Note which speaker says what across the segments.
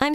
Speaker 1: I'm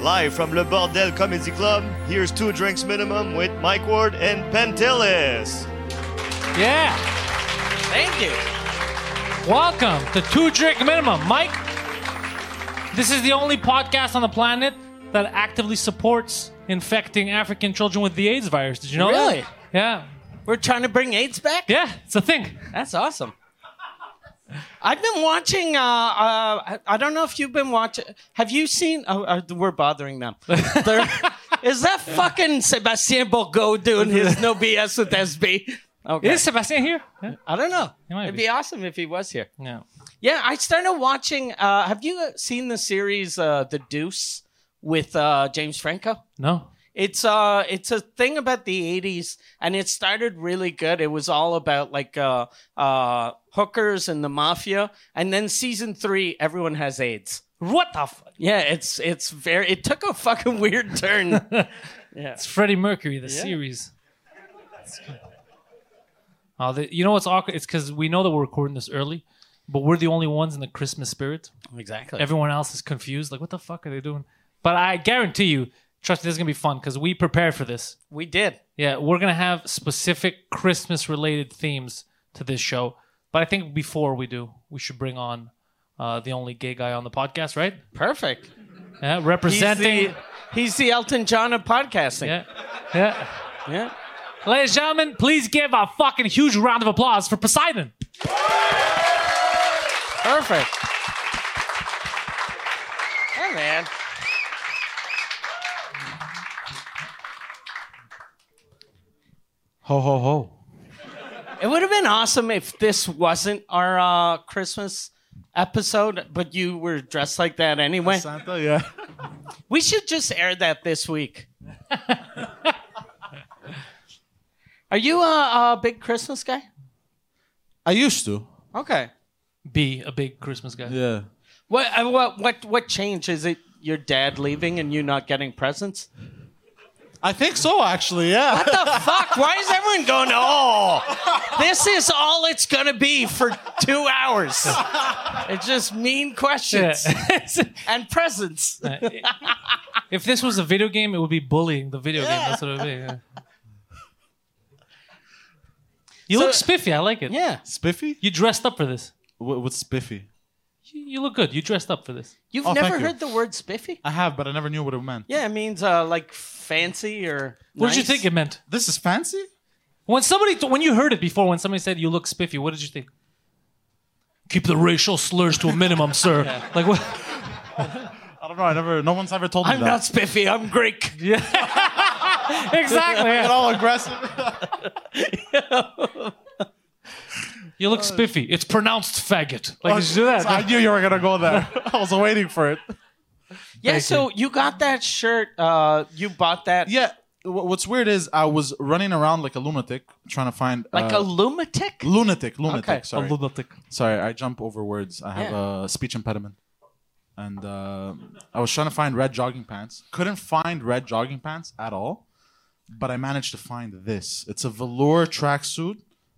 Speaker 2: Live from Le Bordel Comedy Club, here's Two Drinks Minimum with Mike Ward and Pentillis.
Speaker 3: Yeah.
Speaker 4: Thank you.
Speaker 3: Welcome to Two Drink Minimum. Mike, this is the only podcast on the planet that actively supports infecting African children with the AIDS virus. Did you know
Speaker 4: Really?
Speaker 3: that? Yeah.
Speaker 4: We're trying to bring AIDS back?
Speaker 3: Yeah, it's a thing.
Speaker 4: That's awesome. I've been watching. Uh, uh, I, I don't know if you've been watching. Have you seen? Oh, uh, we're bothering them. There- Is that fucking Sebastian Bogo doing his no BS with SB? Okay.
Speaker 3: Is Sebastian here? Yeah.
Speaker 4: I don't know.
Speaker 3: might
Speaker 4: It'd
Speaker 3: be.
Speaker 4: be awesome if he was here.
Speaker 3: No.
Speaker 4: Yeah, I started watching. Uh, have you seen the series uh, The Deuce with uh, James Franco?
Speaker 3: No.
Speaker 4: It's uh it's a thing about the 80s and it started really good. It was all about like uh uh hookers and the mafia and then season 3 everyone has AIDS.
Speaker 3: What the f-
Speaker 4: Yeah, it's it's very it took a fucking weird turn.
Speaker 3: It's Freddie Mercury, the series. Oh, the, you know what's awkward? It's because we know that we're recording this early, but we're the only ones in the Christmas spirit.
Speaker 4: exactly.
Speaker 3: Everyone else is confused. Like, what the fuck are they doing? But I guarantee you, trust me, this is gonna be fun because we prepared for this.
Speaker 4: we did.
Speaker 3: Yeah, we're gonna have specific Christmas-related themes to this show. But I think before we do, we should bring on uh, the only gay guy on the podcast, right?
Speaker 4: Perfect.
Speaker 3: Yeah,
Speaker 4: He's
Speaker 3: representing.
Speaker 4: the, he's the Elton John of podcasting.
Speaker 3: Yeah, yeah.
Speaker 4: Yeah.
Speaker 3: Ladies and gentlemen, please give a fucking huge round of applause for Poseidon.
Speaker 4: Perfect. Hey man.
Speaker 3: Ho ho ho.
Speaker 4: It would have been awesome if this wasn't our uh, Christmas episode, but you were dressed like that anyway.
Speaker 5: Santa, yeah.
Speaker 4: We should just air that this week. Are you a, a big Christmas guy?
Speaker 5: I used to.
Speaker 4: Okay.
Speaker 3: Be a big Christmas guy.
Speaker 5: Yeah.
Speaker 4: What uh, what what what change is it? Your dad leaving and you not getting presents?
Speaker 5: I think so, actually. Yeah.
Speaker 4: Fuck! Why is everyone going? Oh, this is all it's gonna be for two hours. It's just mean questions and presents.
Speaker 3: if this was a video game, it would be bullying the video game. That's what it would be. yeah. You
Speaker 4: So-
Speaker 3: look spiffy. I like it.
Speaker 4: Yeah.
Speaker 5: Spiffy?
Speaker 3: You dressed up for this.
Speaker 5: What, what's Spiffy?
Speaker 3: You, you look good. You dressed up for this.
Speaker 4: You've
Speaker 5: Oh,
Speaker 4: never
Speaker 5: thank you.
Speaker 4: heard the word spiffy?
Speaker 5: I have, but I never knew what it meant.
Speaker 4: Yeah, it means uh, like fancy or.
Speaker 3: What did you
Speaker 4: nice.
Speaker 3: think it meant?
Speaker 5: This is fancy?
Speaker 3: When somebody, when you heard it before, when somebody said you look spiffy, what did you think? Keep the racial slurs to a minimum, sir. Like what?
Speaker 5: I don't know. I never. No one's ever told me
Speaker 4: I'm
Speaker 5: that.
Speaker 4: not spiffy. I'm Greek.
Speaker 3: Exactly.
Speaker 5: Get
Speaker 3: yeah.
Speaker 5: all aggressive.
Speaker 3: You look spiffy. It's pronounced faggot. Like did you do that?
Speaker 5: I knew you were gonna go there. I was waiting for it.
Speaker 4: Yeah. so you. got that shirt? Uh, you bought that?
Speaker 5: Yeah. wh- What's weird is I was running around like a lunatic trying to find
Speaker 4: Like
Speaker 5: uh,
Speaker 4: a lunatic?
Speaker 5: lunatic, lunatic.
Speaker 4: Okay. A
Speaker 5: Sorry,
Speaker 3: lunatic.
Speaker 5: sorry. I jump over words. I have
Speaker 4: Yeah.
Speaker 5: a speech impediment, and uh, I was trying to find red jogging pants. Couldn't find red jogging pants at all, but I managed to find this. It's a velour tracksuit,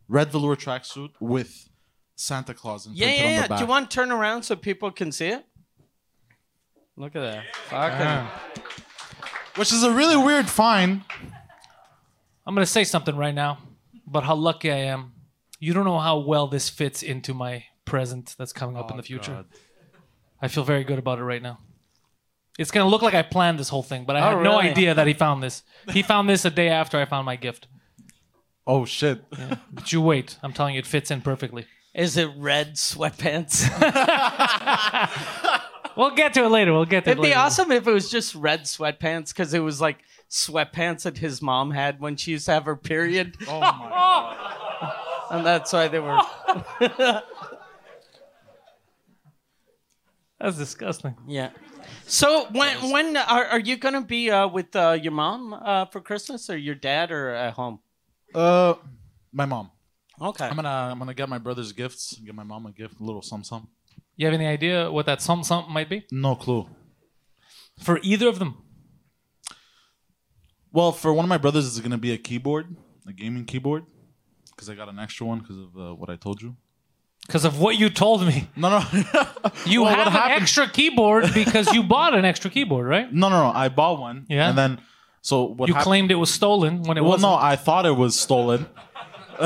Speaker 5: red velour tracksuit with Santa Claus
Speaker 4: Yeah,
Speaker 5: imprinted
Speaker 4: yeah,
Speaker 5: on
Speaker 4: yeah.
Speaker 5: the back.
Speaker 4: Do you want to turn around so people can see it? Look at that. Fucking.
Speaker 5: Which is a really weird find.
Speaker 3: I'm gonna say something right now, but how lucky I am. You don't know how well this fits into my present that's coming
Speaker 4: Oh,
Speaker 3: up in the future. I feel very good about it right now. It's gonna look like I planned this whole thing, but I
Speaker 4: Oh,
Speaker 3: had no
Speaker 4: really?
Speaker 3: idea that he found this. He found this a day after I found my gift.
Speaker 5: Oh shit!
Speaker 3: But you wait, I'm telling you, it fits in perfectly.
Speaker 4: Is it red sweatpants?
Speaker 3: We'll get to it later. We'll get to
Speaker 4: It'd
Speaker 3: it
Speaker 4: be
Speaker 3: later.
Speaker 4: awesome if it was just red sweatpants because it was like sweatpants that his mom had when she used to have her period.
Speaker 5: Oh my god.
Speaker 4: And that's why they were.
Speaker 3: That's disgusting.
Speaker 4: Yeah. So when when are, are you gonna be uh, with uh, your mom uh, for Christmas or your dad or at home?
Speaker 5: Uh, my mom.
Speaker 4: Okay.
Speaker 5: I'm gonna I'm gonna get my brother's gifts. Get my mom a gift, a little some some.
Speaker 3: You have any idea what that some something might be
Speaker 5: No clue.
Speaker 3: for either of them?
Speaker 5: Well, for one of my brothers, it's gonna be a keyboard, a gaming keyboard, because I got an extra one because of uh, what I told you.
Speaker 3: Because of what you told me,
Speaker 5: No, no,
Speaker 3: you
Speaker 5: Well, what
Speaker 3: have an
Speaker 5: happened-
Speaker 3: extra keyboard because you bought an extra keyboard, right?
Speaker 5: no, no, no. I bought one.
Speaker 3: Yeah?
Speaker 5: And then, so what?
Speaker 3: You
Speaker 5: hap-
Speaker 3: claimed it was stolen when it
Speaker 5: Well,
Speaker 3: wasn't.
Speaker 5: no, I thought it was stolen.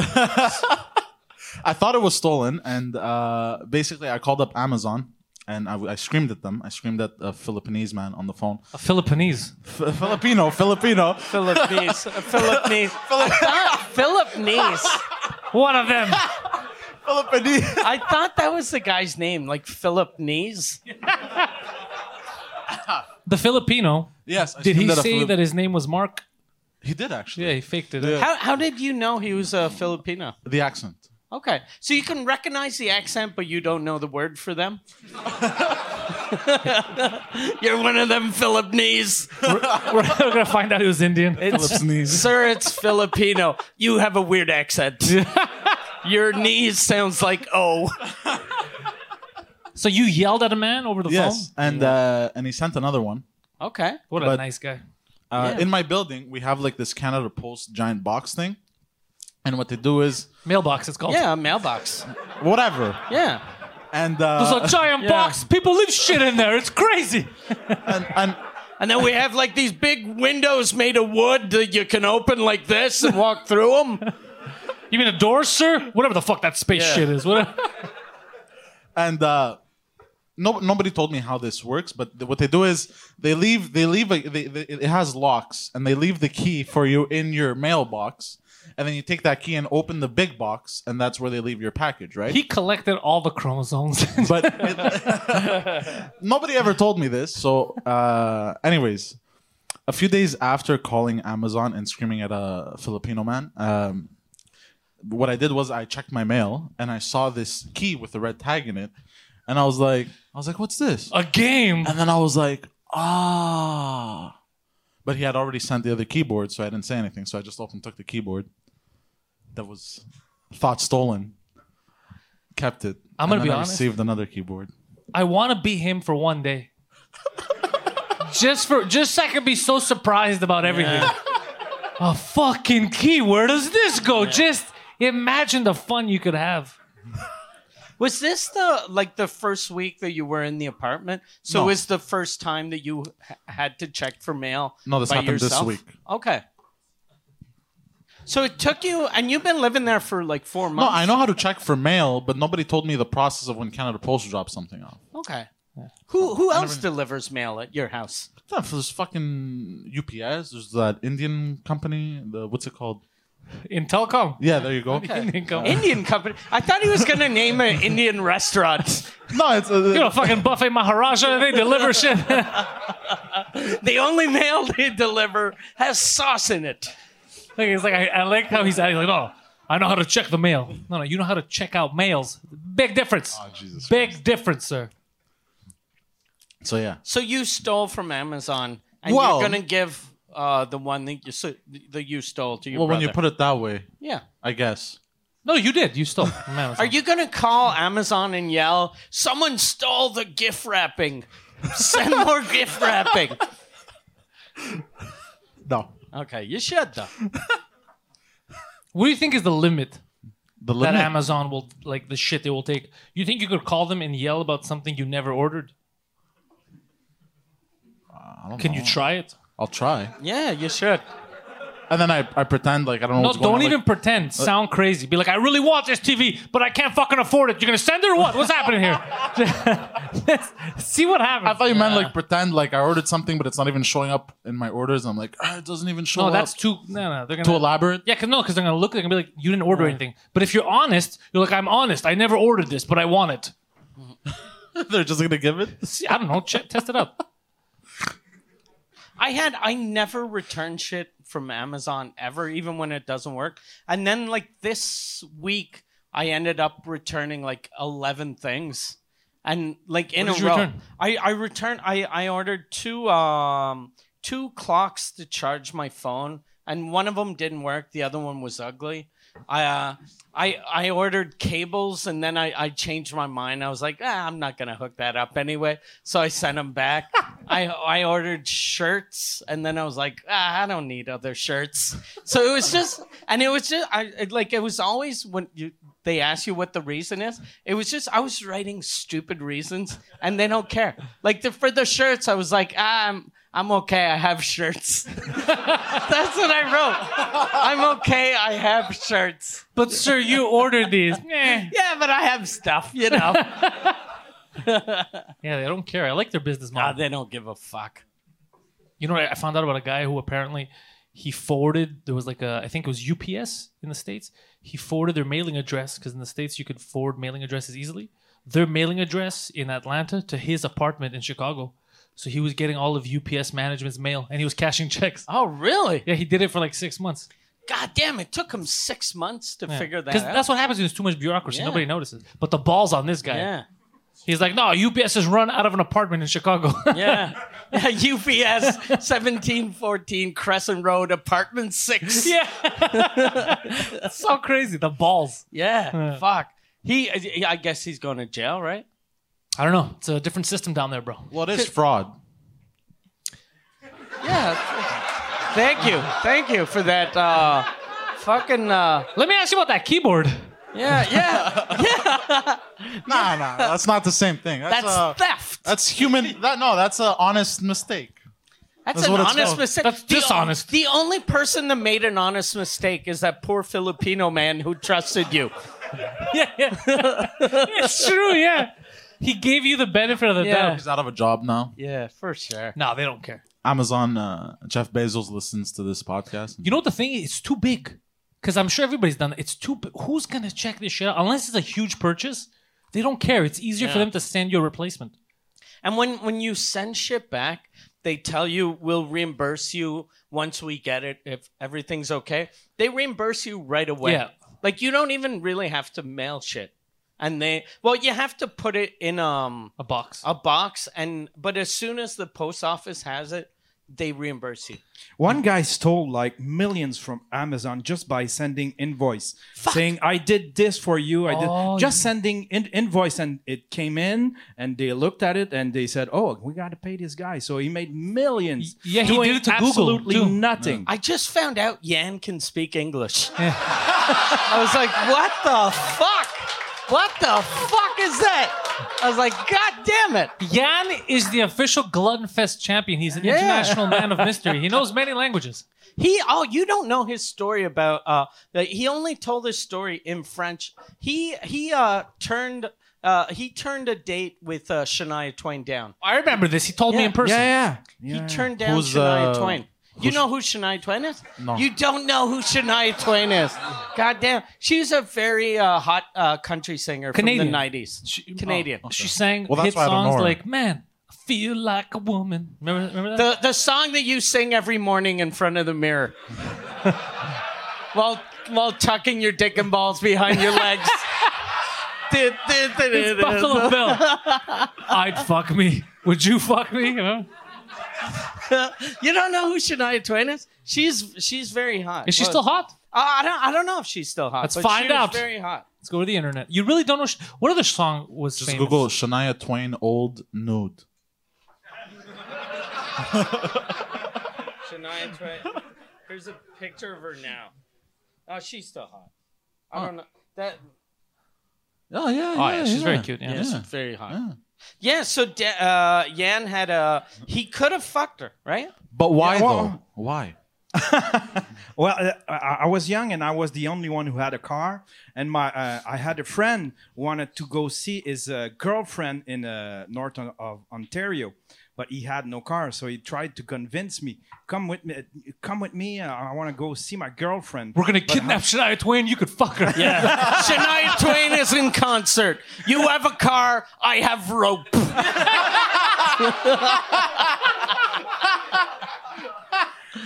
Speaker 5: I thought it was stolen, and uh, basically, I called up Amazon and I, I screamed at them. I screamed at a Filipinese man on the phone.
Speaker 3: A Filipinese.
Speaker 5: F- Filipino, Filipino.
Speaker 4: Philippines. Philippines. Philippines.
Speaker 3: One of them.
Speaker 5: Filipinese.
Speaker 4: I thought that was the guy's name, like Philip Knees.
Speaker 3: The Filipino.
Speaker 5: Yes. I
Speaker 3: Did he
Speaker 5: screamed at a
Speaker 3: say
Speaker 5: Filip-
Speaker 3: that his name was Mark?
Speaker 5: He did actually.
Speaker 3: Yeah, he faked it.
Speaker 5: Yeah.
Speaker 4: How, how did you know he was a Filipino?
Speaker 5: The accent.
Speaker 4: Okay. So you can recognize the accent, but you don't know the word for them? You're one of them Philippines.
Speaker 3: We're gonna find out he was Indian.
Speaker 4: Sir, it's Filipino. You have a weird accent. Your knees sounds like oh.
Speaker 3: so you yelled at a man over the
Speaker 5: Yes.
Speaker 3: phone.
Speaker 5: And uh, and he sent another one.
Speaker 4: Okay.
Speaker 3: What a
Speaker 5: But-
Speaker 3: nice guy.
Speaker 5: Uh, In my building, we have like this Canada Post giant box thing, and what they do is
Speaker 3: Mailbox, it's called.
Speaker 4: Yeah, a mailbox.
Speaker 5: whatever.
Speaker 4: Yeah.
Speaker 5: And
Speaker 3: It's
Speaker 5: uh,
Speaker 3: a giant box. People leave shit in there. It's crazy.
Speaker 5: and, and
Speaker 4: And then we have like these big windows made of wood that you can open like this and walk through them.
Speaker 3: You mean a door, sir? Whatever the fuck that space
Speaker 4: Yeah.
Speaker 3: shit is. Whatever.
Speaker 5: and uh, no, nobody told me how this works. But th- what they do is they leave they leave a, they, they, it has locks, and they leave the key for you in your mailbox, and then you take that key and open the big box, and that's where they leave your package, right?
Speaker 3: He collected all the chromosomes.
Speaker 5: but it- nobody ever told me this. So, uh, anyways, a few days after calling Amazon and screaming at a Filipino man, um, what I did was I checked my mail and I saw this key with a red tag in it, and I was like, I was like, what's this?
Speaker 3: a game.
Speaker 5: And then I was like, ah. But he had already sent the other keyboard, so I didn't say anything. So I just opened, took the keyboard that was thought stolen, kept it.
Speaker 3: I'm gonna
Speaker 5: and then
Speaker 3: be
Speaker 5: I
Speaker 3: honest.
Speaker 5: received another keyboard.
Speaker 3: I want to be him for one day. just for just so I could be so surprised about everything. A fucking key. Where does this go? Just imagine the fun you could have.
Speaker 4: Was this the like the first week that you were in the apartment? So
Speaker 5: No.
Speaker 4: it was the first time that you h- had to check for mail?
Speaker 5: No, this
Speaker 4: by
Speaker 5: happened this
Speaker 4: yourself?
Speaker 5: week.
Speaker 4: Okay. So it took you, and you've been living there for like four
Speaker 5: No,
Speaker 4: months.
Speaker 5: I know how to check for mail, but nobody told me the process of when Canada Post drops something off.
Speaker 4: Okay. Who who else delivers mail at your house?
Speaker 5: Yeah, for There's fucking UPS. There's that Indian company. The what's it called?
Speaker 3: In telecom.
Speaker 5: Yeah, there you go.
Speaker 3: You're
Speaker 4: Indian company. I thought he was gonna name an Indian restaurant.
Speaker 5: No, it's uh,
Speaker 3: a fucking buffet Maharaja and they deliver shit.
Speaker 4: The only mail they deliver has sauce in it.
Speaker 3: Like, it's like I, I like how he's acting like, oh, I know how to check the mail. No, no, you know how to check out mails. Big difference.
Speaker 5: Oh, Jesus
Speaker 3: Big difference, sir.
Speaker 5: so yeah.
Speaker 4: So you stole from Amazon, and
Speaker 5: Well-
Speaker 4: you're gonna give uh, the one that you so, that you stole to your
Speaker 5: Well, when
Speaker 4: brother.
Speaker 5: you put it that way,
Speaker 4: yeah.
Speaker 5: I guess.
Speaker 3: No, you did. You stole. from Amazon.
Speaker 4: Are you gonna call Amazon and yell, "Someone stole the gift wrapping! Send more gift wrapping!"
Speaker 5: No,
Speaker 4: Okay, you should though.
Speaker 3: what do you think is the limit
Speaker 5: the
Speaker 3: that
Speaker 5: limit.
Speaker 3: Amazon will like the shit they will take? You think you could call them and yell about something you never ordered?
Speaker 5: I don't
Speaker 3: Can
Speaker 5: know.
Speaker 3: you try it?
Speaker 5: I'll try.
Speaker 4: Yeah, you should.
Speaker 5: and then I, I pretend like I don't know
Speaker 3: No,
Speaker 5: what's going
Speaker 3: don't
Speaker 5: on.
Speaker 3: even
Speaker 5: like, uh,
Speaker 3: pretend. Sound crazy. Be like, I really want this TV, but I can't fucking afford it. You're gonna send it or what? What's happening here? See what happens.
Speaker 5: I thought you meant like pretend like I ordered something, but it's not even showing up in my orders. I'm like, ah, it doesn't even show
Speaker 3: no,
Speaker 5: up.
Speaker 3: that's too. No, no, they're gonna
Speaker 5: too elaborate.
Speaker 3: Yeah, cause no, because they're gonna look. They're gonna be like, you didn't order anything. But if you're honest, you're like, I'm honest. I never ordered this, but I want it.
Speaker 5: They're just gonna give it.
Speaker 3: See, I don't know. Check, test it out.
Speaker 4: I had I never return shit from Amazon ever, even when it doesn't work. And then like this week, I ended up returning like eleven things, and like in
Speaker 3: What
Speaker 4: a
Speaker 3: did you
Speaker 4: row.
Speaker 3: return?
Speaker 4: I I returned. I I ordered two um two clocks to charge my phone, and one of them didn't work. The other one was ugly. I uh, I I ordered cables, and then I I changed my mind. I was like, ah, I'm not gonna hook that up anyway. So I sent them back. I I ordered shirts, and then I was like, ah, I don't need other shirts. So it was just, and it was just, I it- like it was always when you they ask you what the reason is. It was just I was writing stupid reasons, and they don't care. Like the, for the shirts, I was like, ah, I'm I'm okay. I have shirts. That's what I wrote. I'm okay. I have shirts.
Speaker 3: But sir, you ordered these. yeah,
Speaker 4: Yeah, but I have stuff, you know.
Speaker 3: they don't care. I like their business
Speaker 4: Ah,
Speaker 3: model.
Speaker 4: they don't give a fuck.
Speaker 3: You know, what I found out about a guy who apparently he forwarded. There was like a, I think it was UPS in the states. He forwarded their mailing address because in the states you could forward mailing addresses easily. Their mailing address in Atlanta to his apartment in Chicago. So he was getting all of UPS management's mail, and he was cashing checks.
Speaker 4: Oh, really?
Speaker 3: Yeah, he did it for like six months.
Speaker 4: God damn, it took him six months to figure that
Speaker 3: Because
Speaker 4: out.
Speaker 3: that's what happens when there's too much bureaucracy.
Speaker 4: Yeah.
Speaker 3: Nobody notices. But the ball's on this guy.
Speaker 4: yeah.
Speaker 3: He's like, no, UPS has run out of an apartment in Chicago.
Speaker 4: Yeah. yeah. UPS 1714 Crescent Road, apartment six.
Speaker 3: yeah. that's so crazy. The balls.
Speaker 4: Yeah. Fuck. He, I guess he's going to jail, right?
Speaker 3: I don't know. It's a different system down there, bro.
Speaker 5: Well, it is fraud.
Speaker 4: Yeah. Thank you. Thank you for that. Uh, fucking. Uh,
Speaker 3: Let me ask you about that keyboard.
Speaker 4: yeah. Yeah.
Speaker 5: Nah, nah, that's not the same thing. That's
Speaker 4: That's
Speaker 5: uh,
Speaker 4: theft.
Speaker 5: that's human. That no, that's an honest mistake.
Speaker 4: That's,
Speaker 5: That's
Speaker 4: an
Speaker 5: what it's
Speaker 4: honest
Speaker 5: called.
Speaker 4: mistake.
Speaker 3: That's
Speaker 4: The-
Speaker 3: dishonest.
Speaker 4: The only person that made an honest mistake is that poor Filipino man who trusted you.
Speaker 3: yeah, yeah. it's true, yeah. He gave you the benefit of the
Speaker 4: Yeah.
Speaker 3: doubt.
Speaker 5: He's out of a job now.
Speaker 4: Yeah, for sure.
Speaker 3: No, they don't care.
Speaker 5: Amazon. Uh, Jeff Bezos listens to this podcast.
Speaker 3: You know what the thing is? It's too big. Because I'm sure everybody's done it. It's too big. Who's going to check this shit out? Unless it's a huge purchase, they don't care. It's easier for them to send you a replacement.
Speaker 4: And when when you send shit back, they tell you we'll reimburse you once we get it if everything's okay. They reimburse you right away.
Speaker 3: Yeah.
Speaker 4: Like you don't even really have to mail shit. And they well, you have to put it in um
Speaker 3: A box.
Speaker 4: a box and but as soon as the post office has it, they reimburse you.
Speaker 6: One guy stole like millions from Amazon just by sending invoice, saying, "I did this for you." I did
Speaker 3: Oh,
Speaker 6: just sending in- invoice, and it came in, and they looked at it, and they said, "Oh, we got to pay this guy." So he made millions.
Speaker 3: Yeah, he
Speaker 6: doing
Speaker 3: did it to Google,
Speaker 6: absolutely
Speaker 3: too.
Speaker 6: nothing.
Speaker 4: I just found out Yan can speak English. I was like, what the fuck? What the fuck is that? I was like, God damn it.
Speaker 3: Jan is the official Gluttonfest champion. He's an international man of mystery. He knows many languages.
Speaker 4: He oh you don't know his story about uh like, he only told his story in French. He he uh turned uh he turned a date with uh, Shania Twain down.
Speaker 3: I remember this. He told me in person.
Speaker 6: yeah, yeah,
Speaker 4: He
Speaker 6: yeah.
Speaker 4: turned down
Speaker 5: Who's,
Speaker 4: Shania
Speaker 5: uh,
Speaker 4: Twain. You know who Shania Twain is? No. You don't know who Shania Twain is. God damn. She's a very uh, hot uh, country singer
Speaker 3: Canadian.
Speaker 4: from the 90s. Canadian.
Speaker 3: She oh, sang
Speaker 5: Well, that's
Speaker 3: hit
Speaker 5: why I don't know
Speaker 3: songs
Speaker 5: her.
Speaker 3: like "Man, I Feel Like a Woman." Remember, remember that?
Speaker 4: The the song that you sing every morning in front of the mirror. while while tucking your dick and balls behind your legs.
Speaker 3: It's Buffalo Bill. I'd fuck me. Would you fuck me? You know?
Speaker 4: you don't know who Shania Twain is? She's she's very hot.
Speaker 3: Is she
Speaker 4: Well,
Speaker 3: still hot?
Speaker 4: Uh, I don't I don't know if she's still hot.
Speaker 3: Let's
Speaker 4: but
Speaker 3: find
Speaker 4: she was
Speaker 3: out.
Speaker 4: Very hot.
Speaker 3: Let's go to the internet. You really don't know. Sh- what other song was
Speaker 5: Just
Speaker 3: famous?
Speaker 5: Google Shania Twain old nude.
Speaker 4: Shania Twain. Here's a picture of her now. Oh, she's still hot. I don't know that.
Speaker 5: Oh yeah,
Speaker 3: Oh yeah, she's very cute. Yeah.
Speaker 4: She's very hot. Yeah. so da- uh, Yan had a. He could have fucked her, right?
Speaker 5: But why
Speaker 6: Yeah, well-
Speaker 5: though? Why?
Speaker 6: Well, uh, I, I was young and I was the only one who had a car. And my uh, I had a friend who wanted to go see his uh, girlfriend in uh, north on, of Ontario, but he had no car, so he tried to convince me, "Come with me, come with me. uh, I want to go see my girlfriend."
Speaker 3: We're gonna kidnap Shania Twain. You could fuck her. Yeah.
Speaker 4: Shania Twain is in concert. You have a car. I have rope.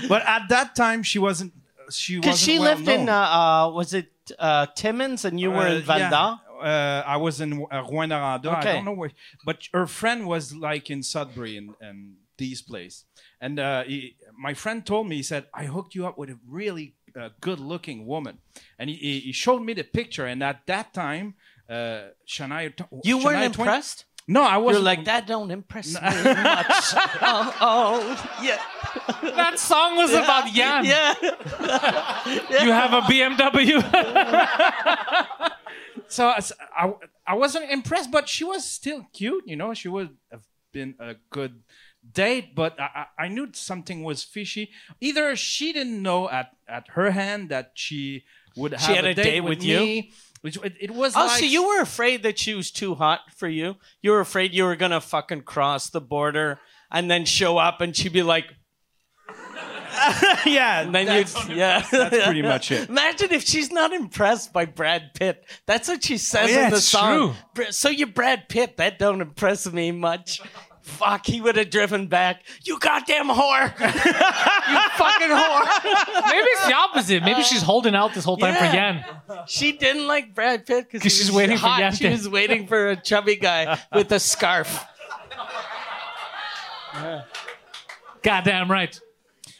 Speaker 6: But at that time, she wasn't. She wasn't.
Speaker 4: Because she
Speaker 6: well
Speaker 4: lived
Speaker 6: known.
Speaker 4: in, uh, uh, was it uh, Timmins and you were in
Speaker 6: Uh,
Speaker 4: Vanda?
Speaker 6: yeah. Uh, I was in uh, Rwanda. I
Speaker 4: Okay.
Speaker 6: don't know where, but her friend was like in Sudbury and, and these place. And uh, he, my friend told me, he said, I hooked you up with a really uh, good looking woman. And he, he- he showed me the picture. And at that time, uh, Shania. T-
Speaker 4: You
Speaker 6: Shania
Speaker 4: weren't
Speaker 6: Twain-
Speaker 4: impressed?
Speaker 6: No, I
Speaker 4: You're
Speaker 6: wasn't.
Speaker 4: like, that don't impress me much. oh, oh, yeah.
Speaker 3: that song was about Jan.
Speaker 4: Yeah.
Speaker 3: You have a BMW.
Speaker 6: So I, s- I- I wasn't impressed, but she was still cute. You know, she would have been a good date, but I, I I knew something was fishy. Either she didn't know at, at her hand that she would have
Speaker 4: had a
Speaker 6: date,
Speaker 4: date
Speaker 6: with,
Speaker 4: with you?
Speaker 6: me. Which it, it was
Speaker 4: Oh,
Speaker 6: like
Speaker 4: so you were afraid that she was too hot for you? You were afraid you were gonna fucking cross the border and then show up and she'd be like, yeah, and then you, yeah, that's
Speaker 6: pretty much it.
Speaker 4: Imagine if she's not impressed by Brad Pitt. That's what she says
Speaker 3: Oh, yeah,
Speaker 4: in the
Speaker 3: it's
Speaker 4: song.
Speaker 3: true.
Speaker 4: Br- So you, Brad Pitt, that don't impress me much. Fuck, he would have driven back. You goddamn whore! you fucking whore!
Speaker 3: Maybe it's the opposite. Maybe she's holding out this whole time for
Speaker 4: Yeah.
Speaker 3: Yan.
Speaker 4: She didn't like Brad Pitt because
Speaker 3: 'Cause she's waiting for
Speaker 4: hot.
Speaker 3: Yan
Speaker 4: She
Speaker 3: to-
Speaker 4: was waiting for a chubby guy with a scarf.
Speaker 3: Goddamn right.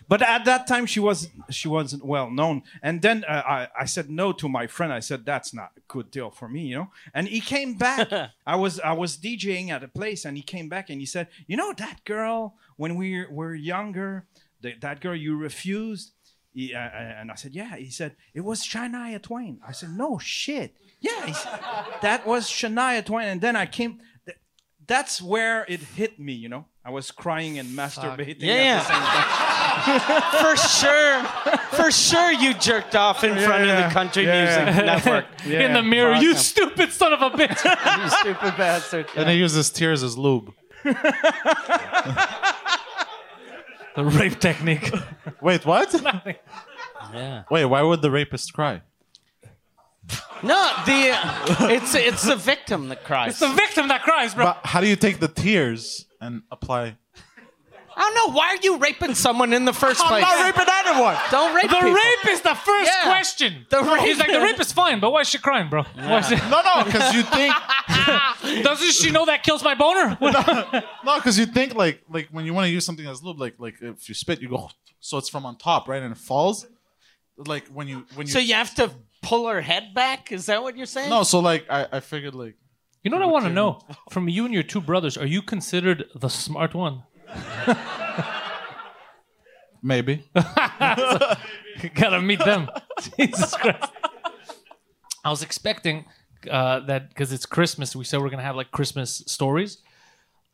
Speaker 6: but at that time she was she wasn't well known and then uh, I, I said no to my friend i said that's not a good deal for me you know and he came back i was i was djing at a place and he came back and he said you know that girl when we were younger the, that girl you refused he, uh, uh, and i said yeah he said it was shania twain i said no shit yeah he said, that was shania twain and then i came th- that's where it hit me you know i was crying and masturbating at the
Speaker 4: Yeah. for sure, for sure, you jerked off in front of
Speaker 6: yeah.
Speaker 4: the country
Speaker 6: Yeah,
Speaker 4: music
Speaker 6: yeah.
Speaker 4: network.
Speaker 3: In the mirror, you stupid son of a bitch.
Speaker 4: you stupid bastard.
Speaker 5: And he uses tears as lube.
Speaker 3: the rape technique.
Speaker 5: Wait, what? Wait, why would the rapist cry?
Speaker 4: No, the it's it's the victim that cries.
Speaker 3: It's the victim that cries, bro.
Speaker 5: But how do you take the tears and apply?
Speaker 4: I don't know why are you raping someone in the first place.
Speaker 5: raping anyone.
Speaker 4: don't rape
Speaker 3: the
Speaker 4: people.
Speaker 3: rape is the first
Speaker 4: Yeah.
Speaker 3: question.
Speaker 4: The rape-
Speaker 3: He's like, the rape is fine, but why is she crying, bro? Why is it-
Speaker 5: No, no, because you think
Speaker 3: Doesn't she know that kills my boner?
Speaker 5: no, because you think like like when you want to use something as lube, like like if you spit, you go so it's from on top, right, and it falls. Like when you when you
Speaker 4: So you have to pull her head back. Is that what you're saying?
Speaker 5: no, so like I I figured like
Speaker 3: You know what I want to know from you and your two brothers? Are you considered the smart one?
Speaker 5: maybe
Speaker 3: Gotta meet them. Jesus Christ. I was expecting uh, that because it's Christmas, we said we're gonna have like Christmas stories.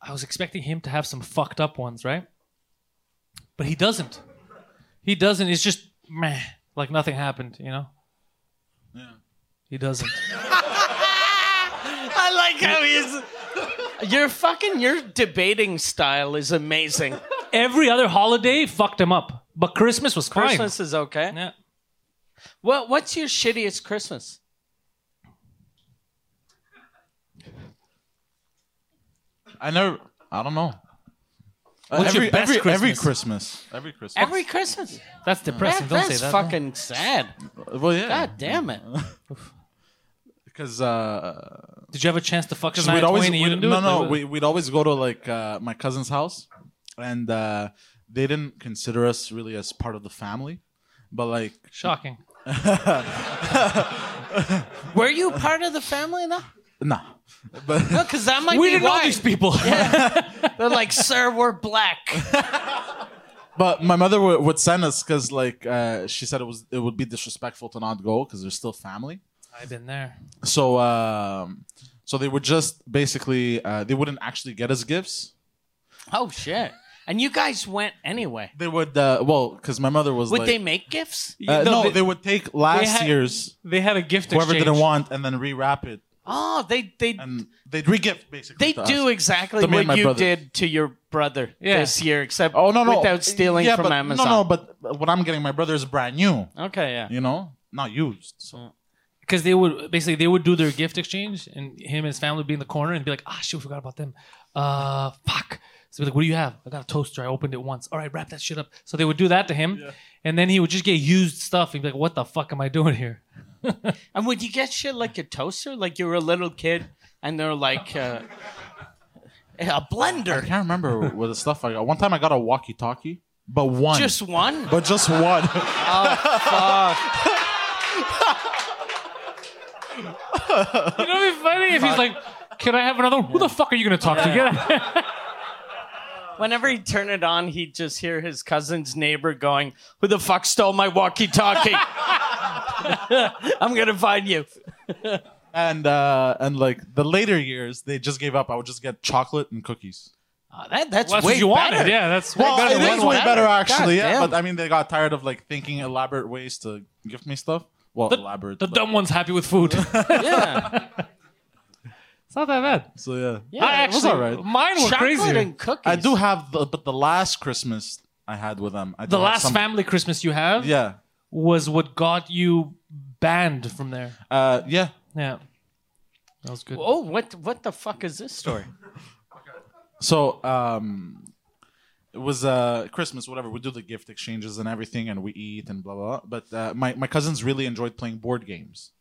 Speaker 3: I was expecting him to have some fucked up ones, right? But he doesn't. He doesn't. It's just meh, like nothing happened, you know.
Speaker 5: Yeah.
Speaker 3: He doesn't.
Speaker 4: I like how he's. Your fucking your debating style is amazing.
Speaker 3: Every other holiday fucked him up, but Christmas was fine.
Speaker 4: Christmas is okay.
Speaker 3: Yeah.
Speaker 4: Well, what's your shittiest Christmas?
Speaker 5: I never I don't know. Uh,
Speaker 3: What's your
Speaker 5: every
Speaker 3: best
Speaker 5: every every
Speaker 3: Christmas?
Speaker 5: Christmas every Christmas
Speaker 4: Every Christmas.
Speaker 3: That's depressing.
Speaker 4: That-
Speaker 3: Don't
Speaker 4: that's
Speaker 3: say that.
Speaker 4: fucking sad.
Speaker 5: well yeah
Speaker 4: God damn it.
Speaker 5: because uh
Speaker 3: Did you have a chance to fuck
Speaker 5: we'd
Speaker 3: Shania
Speaker 5: always
Speaker 3: Twain? and you
Speaker 5: we'd-
Speaker 3: didn't do
Speaker 5: no
Speaker 3: it?
Speaker 5: no
Speaker 3: Like,
Speaker 5: we, we'd always go to like uh, my cousin's house and uh, they didn't consider us really as part of the family but like
Speaker 3: Shocking.
Speaker 4: Were you part of the family though?
Speaker 5: nah but
Speaker 4: No, because that might
Speaker 3: We
Speaker 4: be
Speaker 3: didn't
Speaker 4: why.
Speaker 3: know these people.
Speaker 4: They're like, sir, we're black.
Speaker 5: but my mother w- would send us because like uh, she said it was it would be disrespectful to not go because they're still family
Speaker 3: I've been there.
Speaker 5: so um so they would just basically uh, they wouldn't actually get us gifts
Speaker 4: oh shit. And you guys went anyway.
Speaker 5: They would, uh, well, because my mother was
Speaker 4: Would
Speaker 5: like,
Speaker 4: they make gifts?
Speaker 5: uh,
Speaker 3: No,
Speaker 5: no,
Speaker 3: they-
Speaker 5: they, would take last
Speaker 3: they had-
Speaker 5: year's
Speaker 3: They had a gift
Speaker 5: whoever
Speaker 3: exchange.
Speaker 5: didn't want and then rewrap it
Speaker 4: Oh, they they
Speaker 5: and they'd re-gift basically.
Speaker 4: they
Speaker 5: to us.
Speaker 4: do exactly
Speaker 5: To me and
Speaker 4: what
Speaker 5: my
Speaker 4: you
Speaker 5: brother.
Speaker 4: did to your brother
Speaker 3: Yeah.
Speaker 4: this year, except
Speaker 5: Oh no, no,
Speaker 4: without stealing
Speaker 5: Yeah,
Speaker 4: from
Speaker 5: but-
Speaker 4: Amazon.
Speaker 5: No, no, but what I'm getting, my brother is brand new.
Speaker 4: Okay, yeah.
Speaker 5: You know, not used. So
Speaker 3: because they would basically they would do their gift exchange, and him and his family would be in the corner and be like, "Ah, shit, we forgot about them. Uh, fuck." So be like, "What do you have? I got a toaster. I opened it once. All right, wrap that shit up." So they would do that to him, and then he would just get used stuff. He'd be like, "What the fuck am I doing here?"
Speaker 4: And would you get shit like a toaster? Like you were a little kid and they're like uh, a
Speaker 5: I
Speaker 4: blender.
Speaker 5: can't remember what the stuff I got. One time I got a walkie-talkie, but one,
Speaker 4: Just one?
Speaker 5: but just one.
Speaker 3: You know, it'd be funny if he's like, "Can I have another?" one? Who the fuck are you gonna talk to? Get out.
Speaker 4: Whenever he'd turn it on, he'd just hear his cousin's neighbor going, Who the fuck stole my walkie talkie? I'm going to find you.
Speaker 5: and uh, and like the later years, they just gave up. I would just get chocolate and cookies.
Speaker 4: Uh, that, that's
Speaker 3: That's
Speaker 4: way
Speaker 3: what you
Speaker 4: better.
Speaker 3: wanted. Yeah, that's
Speaker 5: Well,
Speaker 3: way better.
Speaker 5: Oh, it
Speaker 3: than
Speaker 5: is
Speaker 3: one.
Speaker 5: way better actually.
Speaker 4: God
Speaker 5: yeah,
Speaker 4: damn.
Speaker 5: but I mean, they got tired of like thinking elaborate ways to gift me stuff. Well, elaborate.
Speaker 3: The
Speaker 5: but-
Speaker 3: dumb one's happy with food. it's
Speaker 4: Yeah.
Speaker 3: not that bad.
Speaker 5: so yeah.
Speaker 3: I
Speaker 4: it was
Speaker 3: actually,
Speaker 5: alright.
Speaker 3: mine were
Speaker 4: Chocolate
Speaker 3: crazy.
Speaker 4: and cookies.
Speaker 5: I do have, the, but the last Christmas I had with them, I do
Speaker 3: The
Speaker 5: have
Speaker 3: last
Speaker 5: some-
Speaker 3: family Christmas you have
Speaker 5: Yeah,
Speaker 3: was what got you banned from there.
Speaker 5: uh, yeah.
Speaker 3: Yeah. That was good.
Speaker 4: Oh, what what the fuck is this story?
Speaker 5: So um, it was uh, Christmas, whatever. We do the gift exchanges and everything, and we eat and blah blah. blah. But uh, my my cousins really enjoyed playing board games.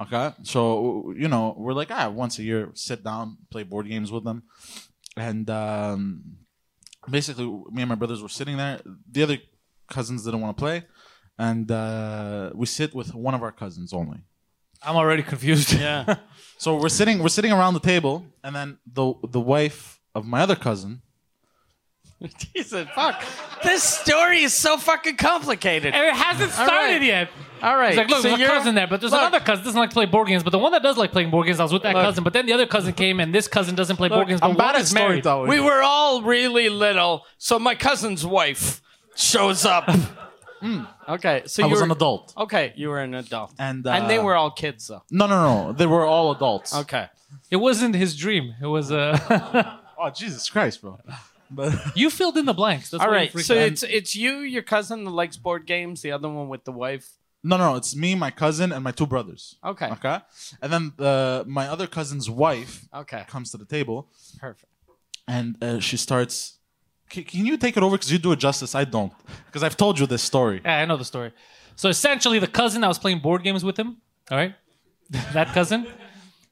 Speaker 5: Okay, so you know we're like ah once a year sit down play board games with them, and um, basically me and my brothers were sitting there. The other cousins didn't want to play, and uh, we sit with one of our cousins only.
Speaker 3: I'm already confused. Yeah.
Speaker 5: So we're sitting we're sitting around the table, and then the the wife of my other cousin
Speaker 4: Jesus, fuck. This story is so fucking complicated.
Speaker 3: And it hasn't started
Speaker 4: right.
Speaker 3: yet.
Speaker 4: All right.
Speaker 3: It's like, look,
Speaker 4: so
Speaker 3: there's a
Speaker 4: you're-
Speaker 3: cousin there, but there's
Speaker 4: Look.
Speaker 3: another cousin that doesn't like to play board games. But the one that does like playing board games, I was with that cousin. But then the other cousin came, and this cousin doesn't play board games. But
Speaker 5: I'm bad
Speaker 3: one
Speaker 5: at
Speaker 3: is
Speaker 5: story
Speaker 3: married.
Speaker 5: telling.
Speaker 4: We were all really little, so my cousin's wife shows up. Hmm, Okay, so
Speaker 5: I
Speaker 4: you
Speaker 5: was
Speaker 4: were
Speaker 5: an adult.
Speaker 4: Okay, you were an adult,
Speaker 5: And,
Speaker 4: and they
Speaker 5: uh,
Speaker 4: were all kids though.
Speaker 5: No, no, no. They were all adults.
Speaker 4: Okay,
Speaker 3: It wasn't his dream. It was uh,
Speaker 5: Oh, Jesus Christ, bro. But
Speaker 3: you filled in the blanks. That's
Speaker 4: all
Speaker 3: why you
Speaker 4: right.
Speaker 3: freaked
Speaker 4: So
Speaker 3: out.
Speaker 4: it's it's you, your cousin that likes board games, the other one with the wife.
Speaker 5: no, no, it's me, my cousin, and my two brothers.
Speaker 4: Okay.
Speaker 5: Okay. And then uh, my other cousin's wife
Speaker 4: Okay,
Speaker 5: comes to the table,
Speaker 4: perfect.
Speaker 5: and uh, she starts. "C- Can you take it over? Because you do it justice. I don't. Because I've told you this story.
Speaker 3: Yeah, I know the story. So essentially, the cousin I was playing board games with him, all right, that cousin,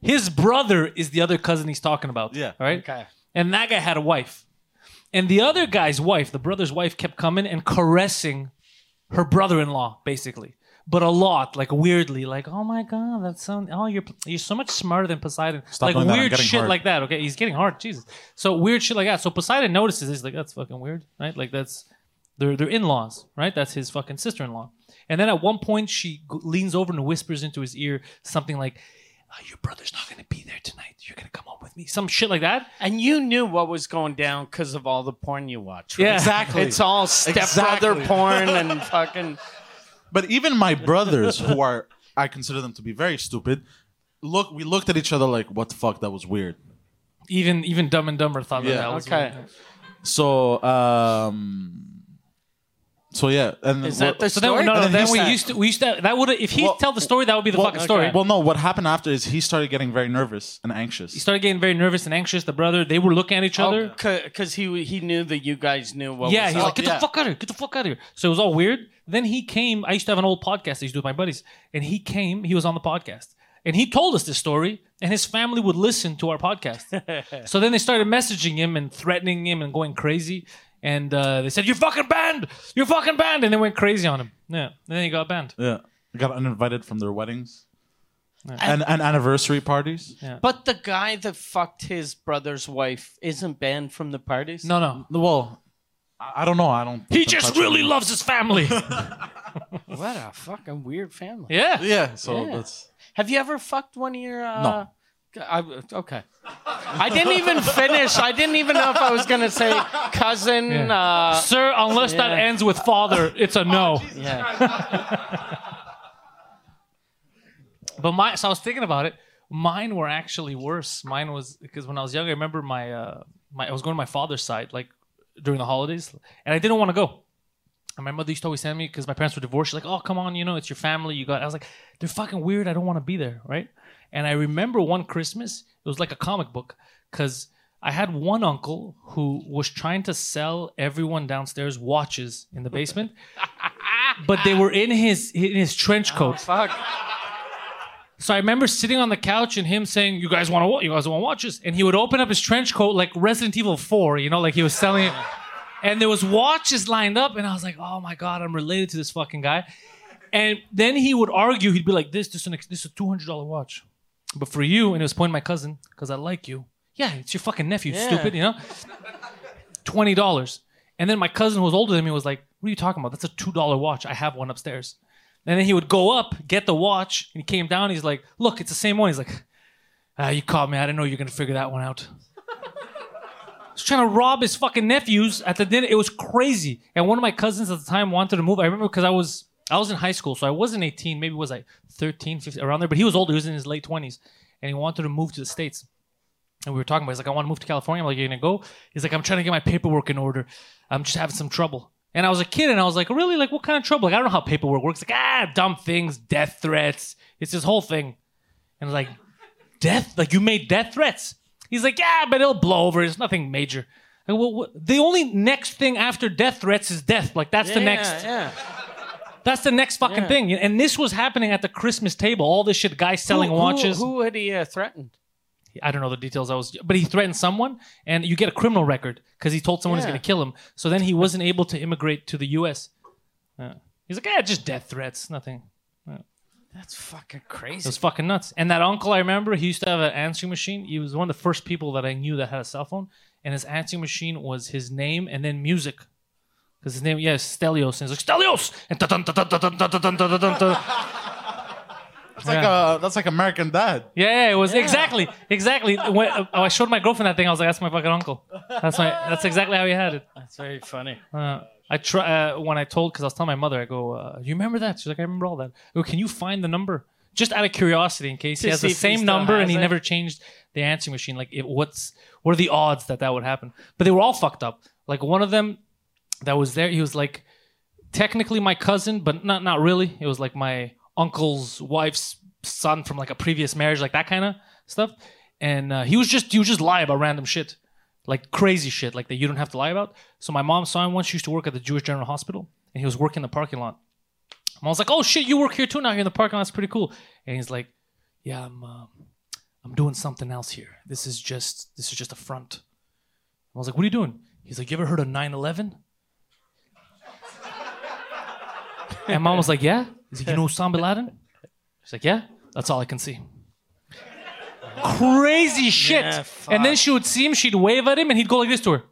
Speaker 3: his brother is the other cousin he's talking about.
Speaker 5: Yeah.
Speaker 3: All right.
Speaker 4: Okay.
Speaker 3: And that guy had a wife. And the other guy's wife, the brother's wife, kept coming and caressing her brother in law, basically. But a lot, like weirdly, like, oh my God, that's so, oh, you're, you're so much smarter than Poseidon. like
Speaker 5: doing that, I'm
Speaker 3: weird
Speaker 5: getting
Speaker 3: shit
Speaker 5: hard.
Speaker 3: like that, okay? He's getting hard, Jesus. So weird shit like that. So Poseidon notices, he's like, that's fucking weird, right? Like, that's, they're, they're in laws, right? That's his fucking sister in law. And then at one point, she g- leans over and whispers into his ear something like, "Uh, Your brother's not going to be there tonight. You're going to come home with me. Some shit like that.
Speaker 4: And you knew what was going down because of all the porn you watch. right?
Speaker 3: Yeah.
Speaker 5: Exactly.
Speaker 4: It's all stepbrother
Speaker 5: Exactly.
Speaker 4: porn and fucking.
Speaker 5: But even my brothers, who are I consider them to be very stupid, look. We looked at each other like, "What the fuck? That was weird."
Speaker 3: Even even Dumb and Dumber thought that
Speaker 5: Yeah.
Speaker 3: that was
Speaker 4: Okay.
Speaker 3: weird.
Speaker 5: So, um, so yeah, and
Speaker 4: Is that the
Speaker 3: So then, we-
Speaker 4: story?
Speaker 3: no, no,
Speaker 5: And then
Speaker 3: then
Speaker 5: he
Speaker 3: we
Speaker 5: said-
Speaker 3: used to we used to that would if he
Speaker 5: Well-
Speaker 3: tell the story that would be the fucking story.
Speaker 5: Well, no, what happened after is he started getting very nervous and anxious.
Speaker 3: he started getting very nervous and anxious. The brother they were looking at each other.
Speaker 4: because Oh, he he knew that you guys knew what.
Speaker 3: Yeah,
Speaker 4: was
Speaker 3: he's
Speaker 4: up.
Speaker 3: like, get the
Speaker 5: Oh, yeah.
Speaker 3: fuck out of here, get the fuck out of here. So it was all weird. Then he came. I used to have an old podcast I used to do with my buddies, and he came. He was on the podcast, and he told us this story. And his family would listen to our podcast. so then they started messaging him and threatening him and going crazy. And uh, they said, "You're fucking banned. You're fucking banned." And they went crazy on him. Yeah. And then he got banned.
Speaker 5: yeah, got uninvited from their weddings and, and anniversary parties.
Speaker 4: But the guy that fucked his brother's wife isn't banned from the parties.
Speaker 3: No, no.
Speaker 5: Well, I, I don't know. I don't.
Speaker 3: He just really loves his family.
Speaker 4: what a fucking weird family.
Speaker 3: yeah.
Speaker 5: Yeah. So that's
Speaker 4: Have you ever fucked one of your? Uh, I, okay. I didn't even finish. I didn't even know if I was gonna say cousin. Uh,
Speaker 3: Sir, unless that
Speaker 4: Yeah.
Speaker 3: ends with father, it's a no.
Speaker 4: yeah.
Speaker 3: But my, so I was thinking about it. Mine were actually worse. Mine was because when I was younger, I remember my, uh, my I was going to my father's side like during the holidays, and I didn't want to go. And my mother used to always send me because my parents were divorced. She's like, "Oh, come on, you know, it's your family. You got." I was like, "They're fucking weird. I don't want to be there, right?" And I remember one Christmas, it was like a comic book because I had one uncle who was trying to sell everyone downstairs watches in the basement, but they were in his in his trench coat.
Speaker 4: Oh, Fuck.
Speaker 3: So I remember sitting on the couch and him saying, "You guys want to? You guys want watches?" And he would open up his trench coat like Resident Evil Four, you know, like he was selling it. And there was watches lined up, and I was like, "Oh my god, I'm related to this fucking guy." And then he would argue. He'd be like, "This, this, is an ex- this is a two hundred dollar watch, but for you," and it was pointing at my cousin because I like you. Yeah, it's your fucking nephew, stupid, you know. Twenty dollars. And then my cousin who was older than me was like, "What are you talking about? That's a two dollar watch. I have one upstairs." And then he would go up, get the watch, and he came down. He's like, "Look, it's the same one." He's like, "Ah, you caught me. I didn't know you were gonna figure that one out." He's trying to rob his fucking nephews at the dinner. It was crazy. And one of my cousins at the time wanted to move. I remember because I was I was in high school, so I wasn't 18. Maybe was I 13, 15, around there. But he was older. He was in his late 20s, and he wanted to move to the states. And we were talking about. it. He's like, "I want to move to California." I'm like, "You're gonna go?" He's like, "I'm trying to get my paperwork in order. I'm just having some trouble." And I was a kid, and I was like, "Really? Like, what kind of trouble? Like, I don't know how paperwork works. Like, ah, dumb things, death threats. It's this whole thing." And I was like, death? Like you made death threats? He's like, yeah, but it'll blow over. It's nothing major. Like, well, what- the only next thing after death threats is death. Like that's the next.
Speaker 4: Yeah.
Speaker 3: That's the next fucking
Speaker 4: Yeah.
Speaker 3: thing. And this was happening at the Christmas table. All this shit. Guys selling
Speaker 4: Who- who-
Speaker 3: watches.
Speaker 4: Who, had he uh, threatened?
Speaker 3: I don't know the details. I was, but he threatened someone, and you get a criminal record because he told someone he's
Speaker 4: Yeah.
Speaker 3: going to kill him. So then he wasn't able to immigrate to the U.S. Yeah. He's like, yeah, just death threats, nothing.
Speaker 4: That's fucking
Speaker 3: It
Speaker 4: crazy.
Speaker 3: was fucking nuts. And that uncle, I remember, he used to have an answering machine. He was one of the first people that I knew that had a cell phone. And his answering machine was his name and then music. Because his name, yeah, it's Stelios. And he's like, Stelios! And dun dun dun dun dun dun dun dun dun dun.
Speaker 5: That's like uh, that's like American Dad.
Speaker 3: Yeah, yeah, it was exactly, exactly. When, uh, I showed my girlfriend that thing. I was like, "That's my fucking uncle. That's my. That's exactly how he had it."
Speaker 4: That's very funny.
Speaker 3: Uh, I try uh, when I told because I was telling my mother. I go, uh, "You remember that?" She's like, "I remember all that." I go, "Can you find the number?" Just out of curiosity, in case
Speaker 4: To
Speaker 3: he has the
Speaker 4: see if he
Speaker 3: same
Speaker 4: still
Speaker 3: number and
Speaker 4: has
Speaker 3: he
Speaker 4: it?
Speaker 3: never changed the answering machine. Like, it, what's what are the odds that that would happen? But they were all fucked up. Like one of them that was there, he was like, technically my cousin, but not not really. It was like my uncle's wife's son from like a previous marriage, like that kind of stuff. And uh, he was just he would just lie about random shit, like crazy shit, like that you don't have to lie about. So my mom saw him once. She used to work at the Jewish General Hospital, and he was working in the parking lot. Mom was like, "Oh shit, you work here too now. You're in the parking lot. It's pretty cool." And he's like, "Yeah, I'm um, I'm doing something else here. This is just this is just a front." I was like, "What are you doing?" He's like, "You ever heard of 9/11?" And mom was like, "Yeah." He's like, "You know Osama bin Laden?" She's like, "Yeah." That's all I can see. Crazy shit.
Speaker 4: Yeah,
Speaker 3: and then she would see him. She'd wave at him, and he'd go like this to her.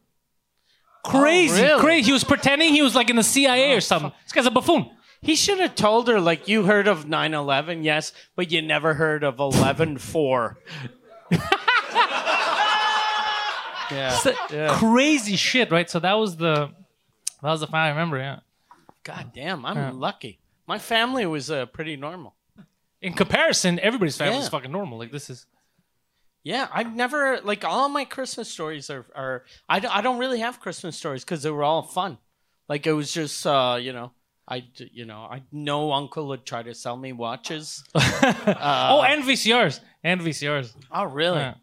Speaker 3: Crazy,
Speaker 4: Oh, really? Oh,
Speaker 3: crazy. He was pretending he was like in the CIA or something. This guy's a buffoon.
Speaker 4: He should have told her, like, you heard of 9 11, yes, but you never heard of 11 4. yeah.
Speaker 3: It's a- Crazy shit, right? So that was the that was the final I remember. Yeah.
Speaker 4: God damn, I'm lucky. My family was uh, pretty normal.
Speaker 3: In comparison, everybody's family is
Speaker 4: Yeah.
Speaker 3: fucking normal. Like this is
Speaker 4: Yeah, I've never, like, all my Christmas stories are, are I, don't- I don't really have Christmas stories because they were all fun. Like, it was just, uh, you know, I, d- you know, I no uncle would try to sell me watches.
Speaker 3: oh, and VCRs and VCRs.
Speaker 4: Oh, really?
Speaker 3: Yeah.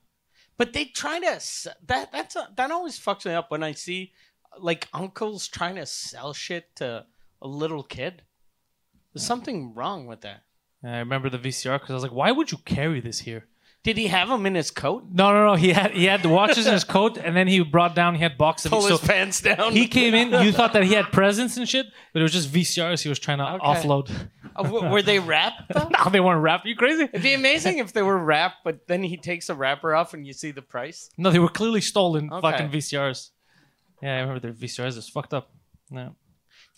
Speaker 4: But they try to s- that that's a, that always fucks me up when I see like uncles trying to sell shit to a little kid. There's something wrong with that.
Speaker 3: I remember the VCR because I was like, why would you carry this here?
Speaker 4: Did he have him in his coat?
Speaker 3: No, no, no. He had he had the watches in his coat, and then he brought down. He had boxes.
Speaker 4: Pull
Speaker 3: so
Speaker 4: his pants down.
Speaker 3: he came in. You thought that he had presents and shit, but it was just VCRs. He was trying to offload.
Speaker 4: Uh, w- were they wrapped? Though?
Speaker 3: no, they weren't wrapped. you crazy?
Speaker 4: It'd be amazing if they were wrapped, but then he takes the wrapper off and you see the price.
Speaker 3: No, they were clearly stolen
Speaker 4: Okay.
Speaker 3: fucking VCRs. Yeah, I remember their VCRs. It's fucked up. No.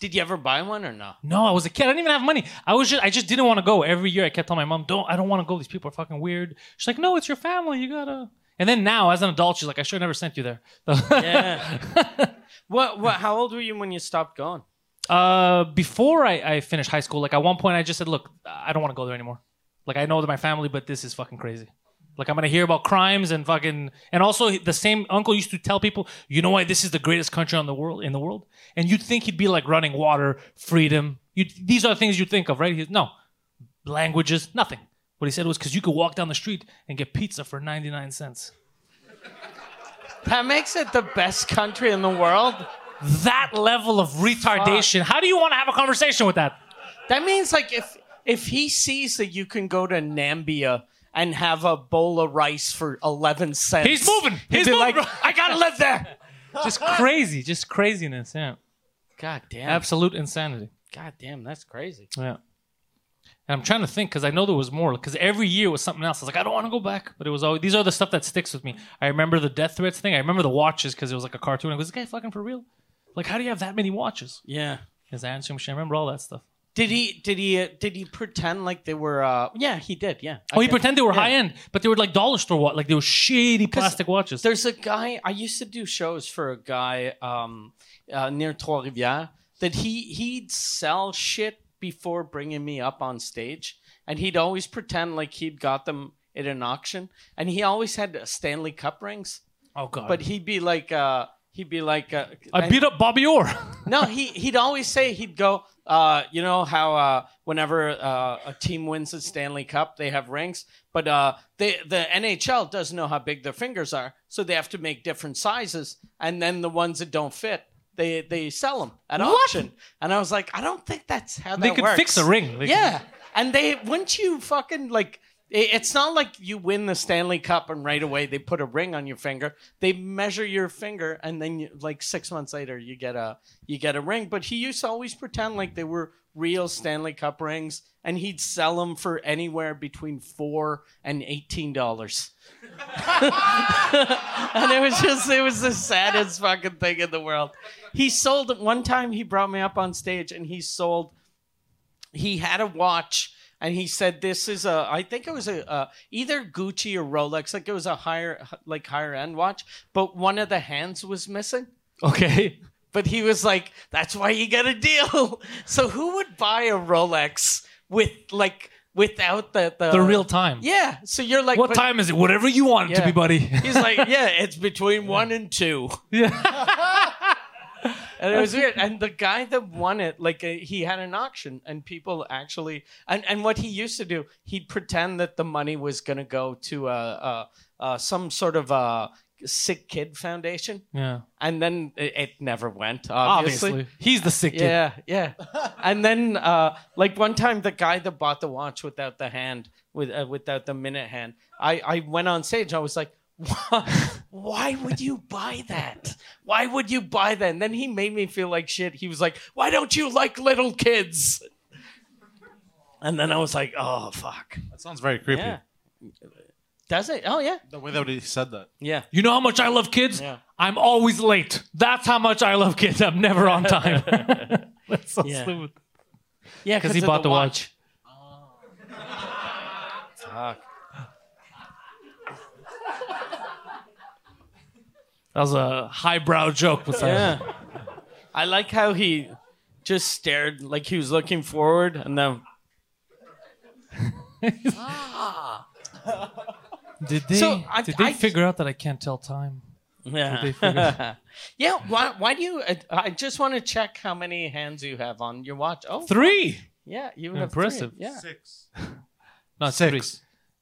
Speaker 4: Did you ever buy one or no?
Speaker 3: No, I was a kid. I didn't even have money. I was just I just didn't want to go. Every year I kept telling my mom, "Don't I don't want to go. These people are fucking weird." She's like, "No, it's your family. You got to." And then now as an adult, she's like, "I should have never sent you there."
Speaker 4: Yeah. what? What? How old were you when you stopped going?
Speaker 3: uh, before I, I finished high school, like at one point I just said, "Look, I don't want to go there anymore. Like I know that my family, but this is fucking crazy." Like I'm gonna hear about crimes and fucking and also the same uncle used to tell people, you know why this is the greatest country on the world in the world, and you'd think he'd be like running water, freedom. You these are the things you think of, right? He's, no, languages, nothing. What he said was because you could walk down the street and get pizza for 99 cents.
Speaker 4: That makes it the best country in the world.
Speaker 3: That level of retardation. How do you want to have a conversation with that?
Speaker 4: That means like if if he sees that you can go to Nambia and have a bowl of rice for eleven cents,
Speaker 3: He's moving.
Speaker 4: he'd
Speaker 3: He's
Speaker 4: be
Speaker 3: moving.
Speaker 4: like,
Speaker 3: bro.
Speaker 4: I gotta live there.
Speaker 3: just crazy, just craziness. Yeah,
Speaker 4: God damn.
Speaker 3: absolute insanity.
Speaker 4: God damn, that's crazy.
Speaker 3: Yeah. And I'm trying to think because I know there was more. Because every year was something else. I was like, I don't want to go back. But it was always these are the stuff that sticks with me. I remember the death threats thing. I remember the watches because it was like a cartoon. I was this guy fucking for real? Like, how do you have that many watches?
Speaker 4: Yeah.
Speaker 3: His answering machine. I remember all that stuff.
Speaker 4: Did he? Did he? Uh, did he pretend like they were? uh Yeah, he did. Yeah.
Speaker 3: Oh, he
Speaker 4: Okay.
Speaker 3: pretended they were
Speaker 4: Yeah.
Speaker 3: high end, but they were like dollar store watch. Like they were shitty plastic watches.
Speaker 4: There's a guy I used to do shows for a guy um, uh, near Trois Rivières that he he'd sell shit before bringing me up on stage, and he'd always pretend like he'd got them at an auction, and he always had Stanley Cup rings,
Speaker 3: Oh god.
Speaker 4: but he'd be like. Uh, He'd be like, uh,
Speaker 3: I beat up Bobby Orr.
Speaker 4: no, he he'd always say he'd go, uh, you know how uh, whenever uh, a team wins the Stanley Cup, they have rings, but uh, they, the NHL doesn't know how big their fingers are, so they have to make different sizes, and then the ones that don't fit, they they sell them at auction. And I was like, I don't think that's how
Speaker 3: They
Speaker 4: that
Speaker 3: could
Speaker 4: works.
Speaker 3: fix a ring. They
Speaker 4: yeah, and they wouldn't you fucking like. i- It's not like you win the Stanley Cup and right away they put a ring on your finger. They measure your finger and then you, like six months later you get a you get a ring. But he used to always pretend like they were real Stanley Cup rings, and he'd sell them for anywhere between four and eighteen dollars. and it was just it was the saddest fucking thing in the world. He sold one time. He brought me up on stage and he sold he had a watch and he said this is a i think it was a uh, either gucci or rolex like it was a higher like higher end watch but one of the hands was missing
Speaker 3: Okay.
Speaker 4: but he was like that's why you get a deal so who would buy a rolex with like without the the,
Speaker 3: The real time.
Speaker 4: Uh, yeah so you're like
Speaker 3: What
Speaker 4: but-
Speaker 3: time is it? Whatever you want it to
Speaker 4: Yeah.
Speaker 3: be, buddy.
Speaker 4: He's like, yeah, it's between one and two. Yeah. and it was weird. And the guy that won it, like, uh, he had an auction, and people actually, and, and what he used to do, he'd pretend that the money was going to go to uh, uh, uh, some sort of uh, sick kid foundation.
Speaker 3: yeah.
Speaker 4: And then it, it never went,
Speaker 3: Obviously.
Speaker 4: obviously.
Speaker 3: He's the sick kid.
Speaker 4: Yeah, yeah. And then, uh, like one time, the guy that bought the watch without the hand, with uh, without the minute hand, I I went on stage. I was like, why, why would you buy that? Why would you buy that? And then he made me feel like shit. He was like, why don't you like little kids? And then I was like, oh fuck.
Speaker 5: That sounds very creepy.
Speaker 4: Yeah. Does it? Oh yeah.
Speaker 5: The way that he said that.
Speaker 4: Yeah.
Speaker 3: You know how much I love kids?
Speaker 4: Yeah.
Speaker 3: I'm always late. That's how much I love kids. I'm never on time. That's so
Speaker 4: Yeah.
Speaker 3: stupid.
Speaker 4: Yeah,
Speaker 3: Because he bought the watch. That was a highbrow joke. Was that?
Speaker 4: Yeah. I like how he just stared like he was looking forward and then
Speaker 3: Did they,
Speaker 4: So, I-
Speaker 3: did they
Speaker 4: I-
Speaker 3: figure out that I can't tell time?
Speaker 4: Yeah. yeah. Why? Why do you? I, I just want to check how many hands you have on your watch. Oh,
Speaker 3: Three.
Speaker 4: yeah, you have three.
Speaker 3: Impressive.
Speaker 4: Yeah.
Speaker 5: Six.
Speaker 3: No, it's
Speaker 5: Six.
Speaker 3: three.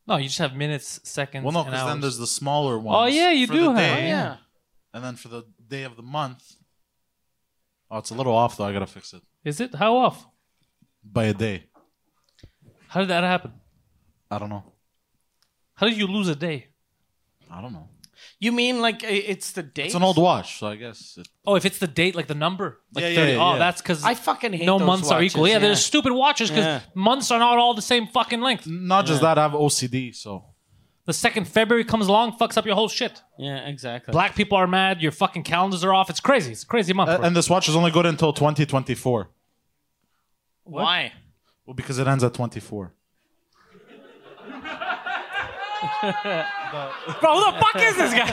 Speaker 3: No, you just have minutes, seconds,
Speaker 5: Well, no,
Speaker 3: and
Speaker 5: because then
Speaker 3: hours.
Speaker 5: there's the smaller ones.
Speaker 3: Oh, yeah, you
Speaker 5: for
Speaker 3: do
Speaker 5: the
Speaker 3: have-
Speaker 4: Oh,
Speaker 5: day,
Speaker 4: yeah.
Speaker 5: And then for the day of the month. Oh, it's a little off though. I gotta fix it
Speaker 3: Is it how off?
Speaker 5: by a day.
Speaker 3: How did that happen?
Speaker 5: I don't know.
Speaker 3: How did you lose a day?
Speaker 5: I don't know.
Speaker 4: You mean like i- it's the date?
Speaker 5: It's an old watch, so I guess. It,
Speaker 3: Oh, if it's the date, like the number, like
Speaker 5: Yeah, yeah,
Speaker 3: 30. oh,
Speaker 5: yeah.
Speaker 3: that's because
Speaker 4: I fucking hate
Speaker 3: no
Speaker 4: those
Speaker 3: months are equal.
Speaker 4: watches,
Speaker 3: Yeah,
Speaker 4: yeah.
Speaker 3: they're stupid watches because
Speaker 4: Yeah. Mm.
Speaker 3: months are not all the same fucking length.
Speaker 5: not just that, I have OCD, so
Speaker 3: The second February comes along, fucks up your whole shit.
Speaker 4: Yeah, exactly.
Speaker 3: Black people are mad. Your fucking calendars are off. It's crazy. It's a crazy month. bro.
Speaker 5: Uh, And this watch is only good until 2024.
Speaker 4: Why?
Speaker 5: Well, because it ends at 24.
Speaker 3: Bro, who the fuck is this guy?